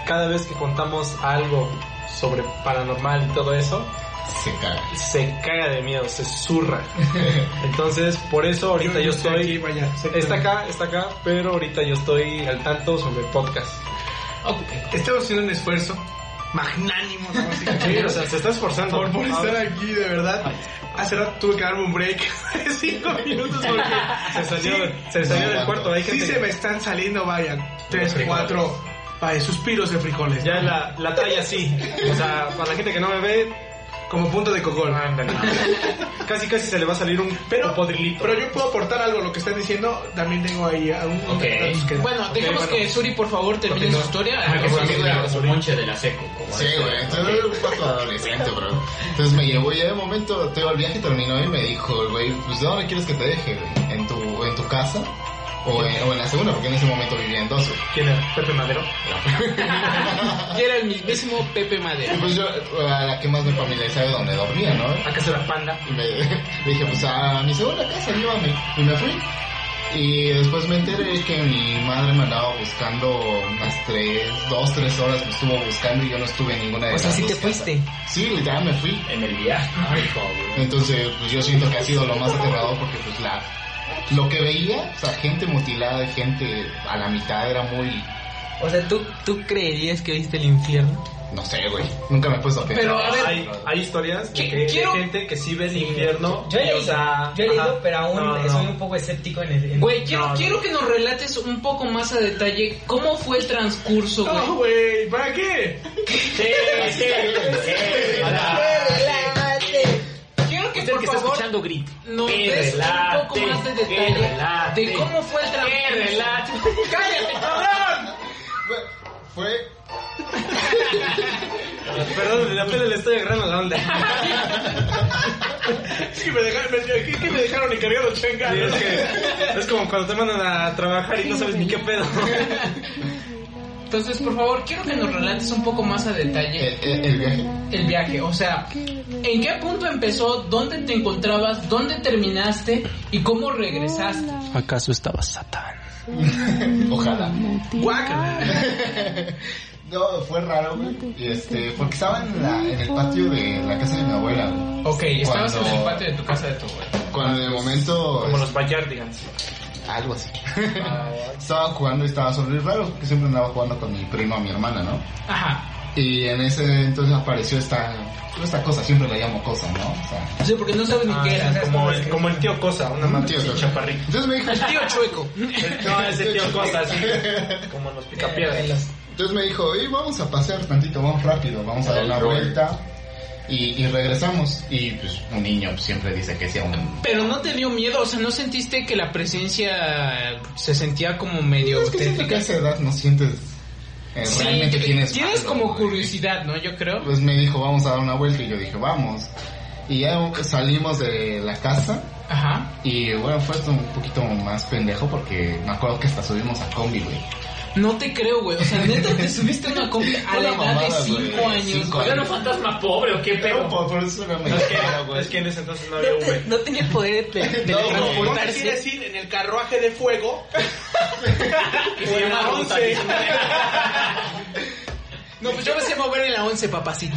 Speaker 1: Cada vez que contamos algo sobre paranormal y todo eso,
Speaker 3: Se caga.
Speaker 1: se caga de miedo, se zurra. Entonces, por eso ahorita yo
Speaker 2: estoy aquí,
Speaker 1: estoy.
Speaker 2: vaya.
Speaker 1: Está acá, está acá, pero ahorita yo estoy al tanto sobre el podcast.
Speaker 2: Estamos haciendo un esfuerzo magnánimo, ¿no? Así que-
Speaker 1: Sí, o sea, se está esforzando.
Speaker 2: por, por estar aquí, de verdad. Hace rato tuve que darme un break de 5 minutos porque
Speaker 1: Se salió,
Speaker 2: Sí.
Speaker 1: se salió del cuarto. Hay
Speaker 2: Sí
Speaker 1: gente-
Speaker 2: se me están saliendo, vayan, tres,
Speaker 1: frijoles.
Speaker 2: cuatro, vaya, suspiros de frijoles.
Speaker 1: Ya la, la talla sí. O sea, para la gente que no me ve,
Speaker 2: Como punto de cocol.
Speaker 1: ándale. casi casi se le va a salir un,
Speaker 2: Pero,
Speaker 1: un podrilito.
Speaker 2: pero yo puedo aportar algo a lo que están diciendo. También tengo ahí a un...
Speaker 5: Ok.
Speaker 2: que-
Speaker 9: Bueno,
Speaker 1: bueno.
Speaker 9: dejemos que Suri, por favor, termine su historia. Este,
Speaker 5: Ah, que su
Speaker 3: sí,
Speaker 5: amigo era
Speaker 3: sí.
Speaker 5: como Monche de la Seco. como
Speaker 3: Sí,
Speaker 5: ese.
Speaker 3: güey, entonces era un pato adolescente, bro. Entonces me llevó y de momento, te digo, el viaje terminó y me dijo, güey, pues ¿dónde quieres que te deje? güey? ¿En tu, en tu casa? O en, o en la segunda, porque en ese momento vivía en dos, güey.
Speaker 1: ¿Quién era? Pepe Madero.
Speaker 9: Y era el mismísimo Pepe
Speaker 3: Y
Speaker 9: Madera.
Speaker 3: pues yo, a la que más me familiarizaba donde dormía, ¿no?
Speaker 1: Acá se la panda.
Speaker 3: Y me le dije, pues a mi segunda casa, llévame. Y me fui. Y después me enteré que mi madre me andaba buscando unas tres, dos, tres horas me estuvo buscando y yo no estuve en ninguna de
Speaker 6: O sea,
Speaker 3: las
Speaker 6: sí
Speaker 3: dos
Speaker 6: te
Speaker 3: casas.
Speaker 6: fuiste.
Speaker 3: Sí, literal me fui.
Speaker 5: En el viaje. Ay, cabrón.
Speaker 3: Entonces, pues yo siento que ha sido lo más aterrador porque pues la lo que veía, o sea, gente mutilada, y gente a la mitad era muy
Speaker 6: O sea, ¿tú, ¿tú creerías que viste el infierno?
Speaker 3: no sé, güey. Nunca me he puesto a pensar.
Speaker 9: Pero, a ver,
Speaker 3: Ay,
Speaker 1: Hay, hay historias de,
Speaker 9: Qui-
Speaker 1: que- de
Speaker 9: quiero-
Speaker 1: gente que sí ve el infierno.
Speaker 6: Yo he
Speaker 1: y,
Speaker 6: leído,
Speaker 1: o sea,
Speaker 6: yo he leído,
Speaker 1: ajá.
Speaker 6: pero aún
Speaker 1: No, no,
Speaker 6: soy
Speaker 1: no.
Speaker 6: un poco escéptico en el... en-
Speaker 9: Güey, quiero,
Speaker 1: No, no.
Speaker 9: quiero que nos relates un poco más a detalle cómo fue el transcurso,
Speaker 2: No,
Speaker 9: ¡Ah, güey.
Speaker 2: güey, ¿para qué?
Speaker 5: Sí, sí, sí.
Speaker 9: Quiero que,
Speaker 5: Usted
Speaker 9: por
Speaker 5: que está
Speaker 9: favor,
Speaker 5: escuchando grite.
Speaker 9: nos
Speaker 5: que
Speaker 9: des un poco
Speaker 5: relate,
Speaker 9: más de
Speaker 5: que
Speaker 9: detalle
Speaker 5: relate,
Speaker 9: de cómo fue el
Speaker 5: que relate.
Speaker 9: transcurso. ¡Cállate, cabrón!
Speaker 3: güey, fue
Speaker 1: Perdón, la pele le estoy agarrando la onda.
Speaker 2: Es que me dejaron, me, que- que me dejaron encargado chenga.
Speaker 1: Sí, es, que, es como cuando te mandan a trabajar y no sabes ni qué pedo.
Speaker 9: Entonces, por favor, quiero que nos relates un poco más a detalle
Speaker 3: el- el- el viaje.
Speaker 9: el viaje. O sea, ¿en qué punto empezó? ¿Dónde te encontrabas? ¿Dónde terminaste? ¿Y cómo regresaste?
Speaker 16: ¿Acaso estaba Satán?
Speaker 3: Ojalá.
Speaker 2: Guácala.
Speaker 3: No, fue raro, güey. Y este, porque estaba en, la- en el patio de la casa de mi abuela, güey.
Speaker 9: Ok, estabas
Speaker 3: Cuando-
Speaker 9: en el patio de tu casa de tu abuela.
Speaker 3: Cuando de momento.
Speaker 1: Como los Bayardigans.
Speaker 3: Algo así. estaba jugando y estaba sobre raro, porque siempre andaba jugando con mi primo o mi hermana, ¿no?
Speaker 9: Ajá.
Speaker 3: Y en ese entonces apareció esta, esta cosa, siempre la llamo cosa, ¿no? O sea,
Speaker 9: O sea, porque no sabes ni
Speaker 1: Ah,
Speaker 9: qué era.
Speaker 1: sí, como, el, como el tío Cosa, una madre
Speaker 3: tío
Speaker 1: así,
Speaker 3: Cosa.
Speaker 1: chaparrito.
Speaker 3: entonces me dijo,
Speaker 9: Tío Chueco.
Speaker 1: No, ese tío Cosa, así como los picapiedras.
Speaker 3: entonces me dijo, y vamos a pasear tantito, vamos rápido, vamos a dar una vuelta. Y, y regresamos. Y pues un niño pues, siempre dice que sea un...
Speaker 9: Pero no te dio miedo, o sea, no sentiste que la presencia se sentía como medio
Speaker 3: Es Pues que siento que a
Speaker 9: auténtica.
Speaker 3: esa edad no sientes eh,
Speaker 9: Sí,
Speaker 3: realmente quién es
Speaker 9: tienes
Speaker 3: malo,
Speaker 9: como
Speaker 3: güey.
Speaker 9: curiosidad, ¿no? Yo creo.
Speaker 3: Pues me dijo, vamos a dar una vuelta y yo dije, vamos. Y ya salimos de la casa
Speaker 9: Ajá.
Speaker 3: y bueno, fue esto un poquito más pendejo porque me acuerdo que hasta subimos a combi, güey.
Speaker 9: No te creo, güey. O sea, neta, te subiste a una combi a
Speaker 3: Una
Speaker 9: la edad de
Speaker 3: mamada,
Speaker 9: 5
Speaker 3: güey.
Speaker 9: años.
Speaker 3: Cinco
Speaker 9: güey.
Speaker 5: Era un fantasma pobre o qué
Speaker 3: Pero
Speaker 5: pedo.
Speaker 3: por, por eso no me
Speaker 1: Es que, es que en ese entonces no había
Speaker 6: No, te-
Speaker 1: Uber.
Speaker 6: no tenía poder de, de
Speaker 3: No, güey.
Speaker 2: No te
Speaker 6: transportarse.
Speaker 2: quiere decir en el carruaje de fuego.
Speaker 5: Y se llama Ruta,
Speaker 2: once.
Speaker 5: dice,
Speaker 9: No, pues yo me sé mover en la 11, papacito.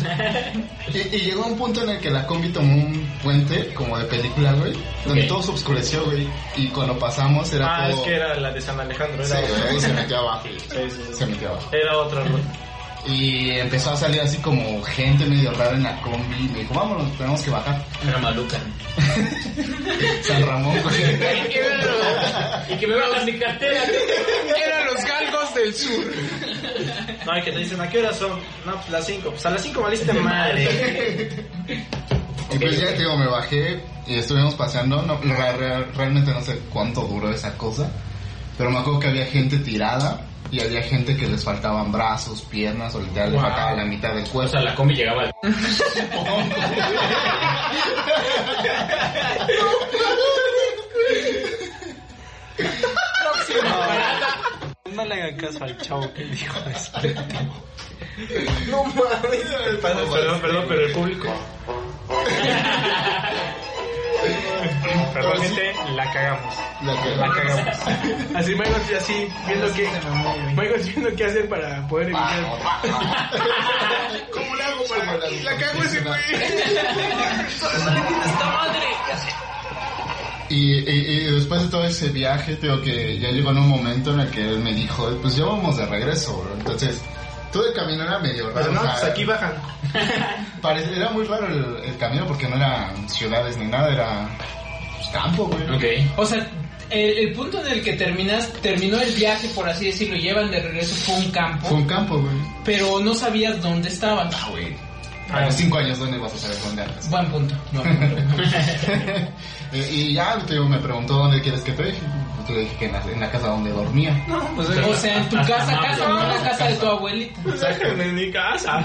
Speaker 3: Y, y llegó un punto en el que la combi tomó un puente como de película, güey, donde
Speaker 5: Ok.
Speaker 3: todo se oscureció, güey. Y cuando pasamos era
Speaker 1: Ah,
Speaker 3: todo...
Speaker 1: es que era la de San Alejandro.
Speaker 3: Sí,
Speaker 1: Era,
Speaker 3: güey, se metió abajo.
Speaker 1: Sí, sí, sí.
Speaker 3: Se metió abajo.
Speaker 1: era otra ruta.
Speaker 3: Y empezó a salir así como gente medio rara en la combi. Y me dijo, vámonos, tenemos que bajar.
Speaker 5: Era maluca.
Speaker 3: San Ramón, güey.
Speaker 9: Y que me lo- y que me vean mi cartera. Eran los galgos del sur.
Speaker 2: No, y que te dicen, ¿a qué hora son? No, pues las 5. Pues a las 5 valiste madre.
Speaker 3: Y pues ya, te digo, me bajé y estuvimos paseando. No, re- re- realmente no sé cuánto duró esa cosa. Pero me acuerdo que había gente tirada y había gente que les faltaban brazos, piernas, o literal le faltaba la mitad del
Speaker 5: O
Speaker 3: cuerpo.
Speaker 5: sea, la combi llegaba al...
Speaker 2: No le hagan caso al chavo que dijo eso.
Speaker 17: No mames.
Speaker 2: Perdón, perdón, perdón, pero el público. Perdón, gente, la cagamos.
Speaker 3: La que-
Speaker 2: La cagamos. Así Michael así viendo qué. Michael viendo qué hacer para poder evitar.
Speaker 3: ¿Cómo le hago para la
Speaker 2: cago ese güey.
Speaker 3: Y, y- y después de todo ese viaje, te digo que ya llegó en un momento en el que él me dijo, pues ya vamos de regreso, bro". Entonces, todo el camino era medio raro.
Speaker 2: Pero no,
Speaker 3: o sea,
Speaker 2: pues aquí bajan.
Speaker 3: pare- era muy raro el, el camino porque no eran ciudades ni nada, era pues, campo, güey.
Speaker 5: Ok.
Speaker 9: O sea, el, el punto en el que terminas, terminó el viaje, por así decirlo, y llevan de regreso fue un
Speaker 3: Fue
Speaker 9: campo,
Speaker 3: un campo, güey.
Speaker 9: pero no sabías dónde estaban.
Speaker 3: Ah, güey. A los cinco años, ¿dónde vas a saber dónde andas?
Speaker 9: Buen punto. No, no, no.
Speaker 3: y, y ya, te digo, me preguntó dónde quieres que te deje. Pues, le dije que en la, en la casa donde dormía.
Speaker 9: O sea, en tu casa, casa, no la casa de tu abuelita.
Speaker 2: Sáquenme de mi casa.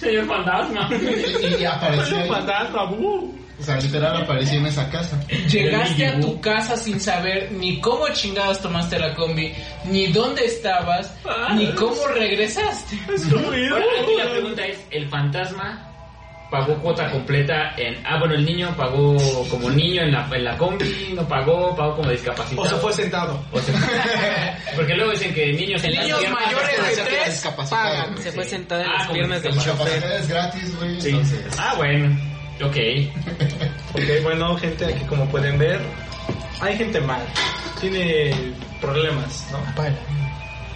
Speaker 5: Señor fantasma.
Speaker 3: Y, y aparecí
Speaker 2: Un
Speaker 3: ahí.
Speaker 2: fantasma, bu.
Speaker 3: O sea, literal aparecí en esa casa.
Speaker 9: Llegaste a tu casa sin saber ni cómo chingados tomaste la combi, ni dónde estabas, ni cómo regresaste.
Speaker 5: Ahora, aquí la pregunta es, ¿el fantasma pagó cuota completa en... Ah, bueno, el niño pagó como niño en la, en la combi, no pagó, pagó como discapacitado.
Speaker 2: O se fue sentado.
Speaker 5: O sea, porque luego dicen que niños... en las
Speaker 9: Niños
Speaker 5: piernas-
Speaker 9: mayores de
Speaker 3: Discapacitado,
Speaker 9: tres
Speaker 3: discapacitado,
Speaker 9: pagan.
Speaker 3: güey.
Speaker 17: Se fue sentada en
Speaker 5: Ah,
Speaker 17: las
Speaker 5: como
Speaker 17: piernas del chofer.
Speaker 3: Discapacidad es gratis, güey.
Speaker 2: Sí.
Speaker 3: Entonces,
Speaker 5: Ah, bueno. Ok.
Speaker 2: Ok, bueno, gente, aquí como pueden ver, hay gente mal. Tiene problemas, ¿no?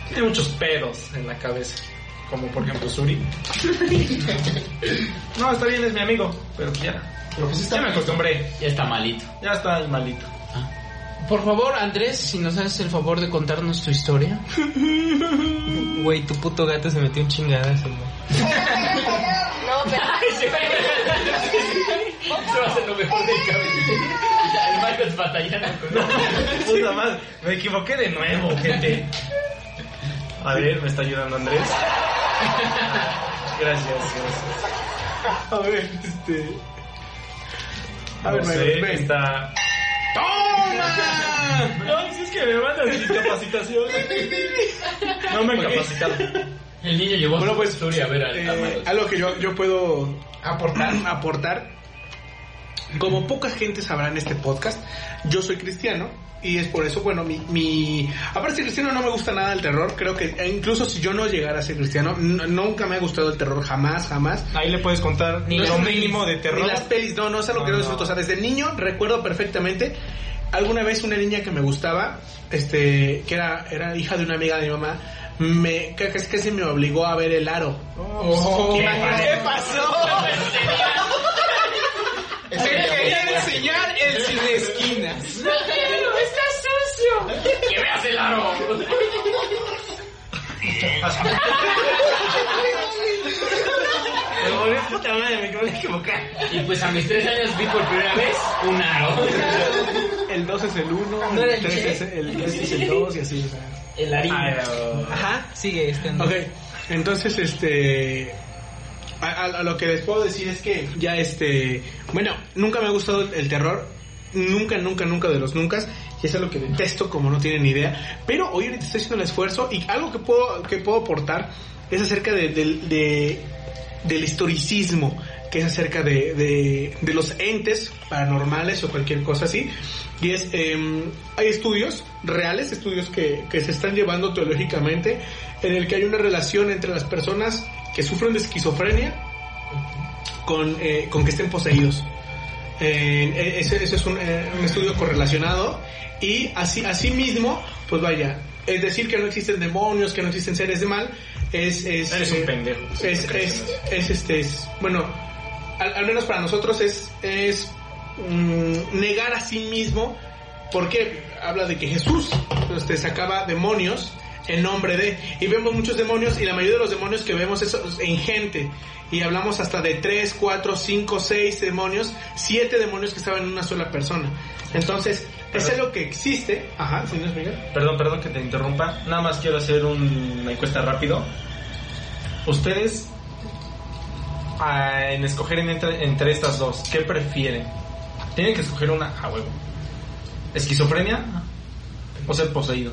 Speaker 2: Tiene muchos pedos en la cabeza. Como por ejemplo Suri. No, está bien, es mi amigo. Pero ya,
Speaker 3: pero pues
Speaker 2: ya me
Speaker 3: está
Speaker 2: acostumbré.
Speaker 5: Ya está malito.
Speaker 2: Ya está el malito.
Speaker 9: Por favor, Andrés, si nos haces el favor de contarnos tu historia.
Speaker 17: Güey, tu puto gato se metió un chingadazo, güey.
Speaker 18: No, pero.
Speaker 5: Se va a hacer lo mejor del cabello. El Michael batallando con...
Speaker 2: Puta madre, me equivoqué de nuevo, gente. A ver, me está ayudando Andrés. Gracias, gracias. A ver, este. A ver,
Speaker 1: ven,
Speaker 2: me
Speaker 1: ven.
Speaker 2: está. ¡Toma! No, si es que me mandan incapacitación. No me incapacitaron.
Speaker 5: El niño llevó
Speaker 1: Bueno, pues,
Speaker 5: historia a ver al, al
Speaker 1: Eh,
Speaker 5: Michael.
Speaker 1: algo que yo, yo puedo aportar, aportar. Como poca gente sabrá en este podcast, yo soy cristiano y es por eso, bueno, mi... mi aparte de cristiano no me gusta nada el terror, creo que eh, incluso si yo no llegara a ser cristiano, n- nunca me ha gustado el terror, jamás, jamás.
Speaker 2: Ahí le puedes contar
Speaker 17: Ni
Speaker 2: lo
Speaker 17: las
Speaker 2: mínimo de terror.
Speaker 1: Ni las pelis, no, no es algo que
Speaker 2: No,
Speaker 1: yo
Speaker 2: no.
Speaker 1: disfruto. O sea, desde niño recuerdo perfectamente alguna vez una niña que me gustaba, este, que era, era hija de una amiga de mi mamá, me, que casi casi me obligó a ver el aro.
Speaker 2: Oh, ¿Qué
Speaker 1: Imagínate-
Speaker 9: Te querían enseñar el sin esquinas.
Speaker 5: ¡Que veas el aro!
Speaker 2: Me volví puta madre, me acabo de equivocar.
Speaker 5: Y pues a mis tres años vi por primera vez un aro.
Speaker 2: El 2 es el 1,
Speaker 17: ¿No era
Speaker 2: el
Speaker 17: el
Speaker 2: 3
Speaker 17: qué?
Speaker 2: es el, 3 es el 2 y así, o sea.
Speaker 17: El harina.
Speaker 1: Ajá.
Speaker 17: Sigue este
Speaker 1: Ok, entonces este. A, a- a lo que les puedo decir es que ya este. Bueno, nunca me ha gustado el, el terror. Nunca, nunca, nunca de los nunca. Y es algo que detesto como no tienen ni idea. Pero hoy ahorita estoy haciendo el esfuerzo y algo que puedo, que puedo aportar es acerca de, del- de- del historicismo, que es acerca de, de- de los entes paranormales o cualquier cosa así. Y es, em, hay estudios reales, estudios que, que se están llevando teológicamente, en el que hay una relación entre las personas que sufren de esquizofrenia con, eh, con que estén poseídos. Eh, eh, ese, ese es un, eh, un estudio correlacionado. Y así, así mismo, pues vaya, es decir que no existen demonios, que no existen seres de mal, es... es eh,
Speaker 2: Eres un pendejo.
Speaker 1: Es,
Speaker 2: Sí,
Speaker 1: es, es, este, es- bueno, al, al menos para nosotros es, es mm, negar a sí mismo, porque habla de que Jesús este, sacaba demonios en nombre de, y vemos muchos demonios, y la mayoría de los demonios que vemos es en gente, y hablamos hasta de 3, 4, 5, 6 demonios, 7 demonios que estaban en una sola persona. Entonces, es algo que existe. Ajá, señor Miguel.
Speaker 19: Perdón, perdón que te interrumpa. Nada más quiero hacer un- una encuesta rápido. Ustedes, ah, en escoger en- entre, entre estas dos, ¿qué prefieren? Tienen que escoger una a huevo. ¿Esquizofrenia o ser poseído?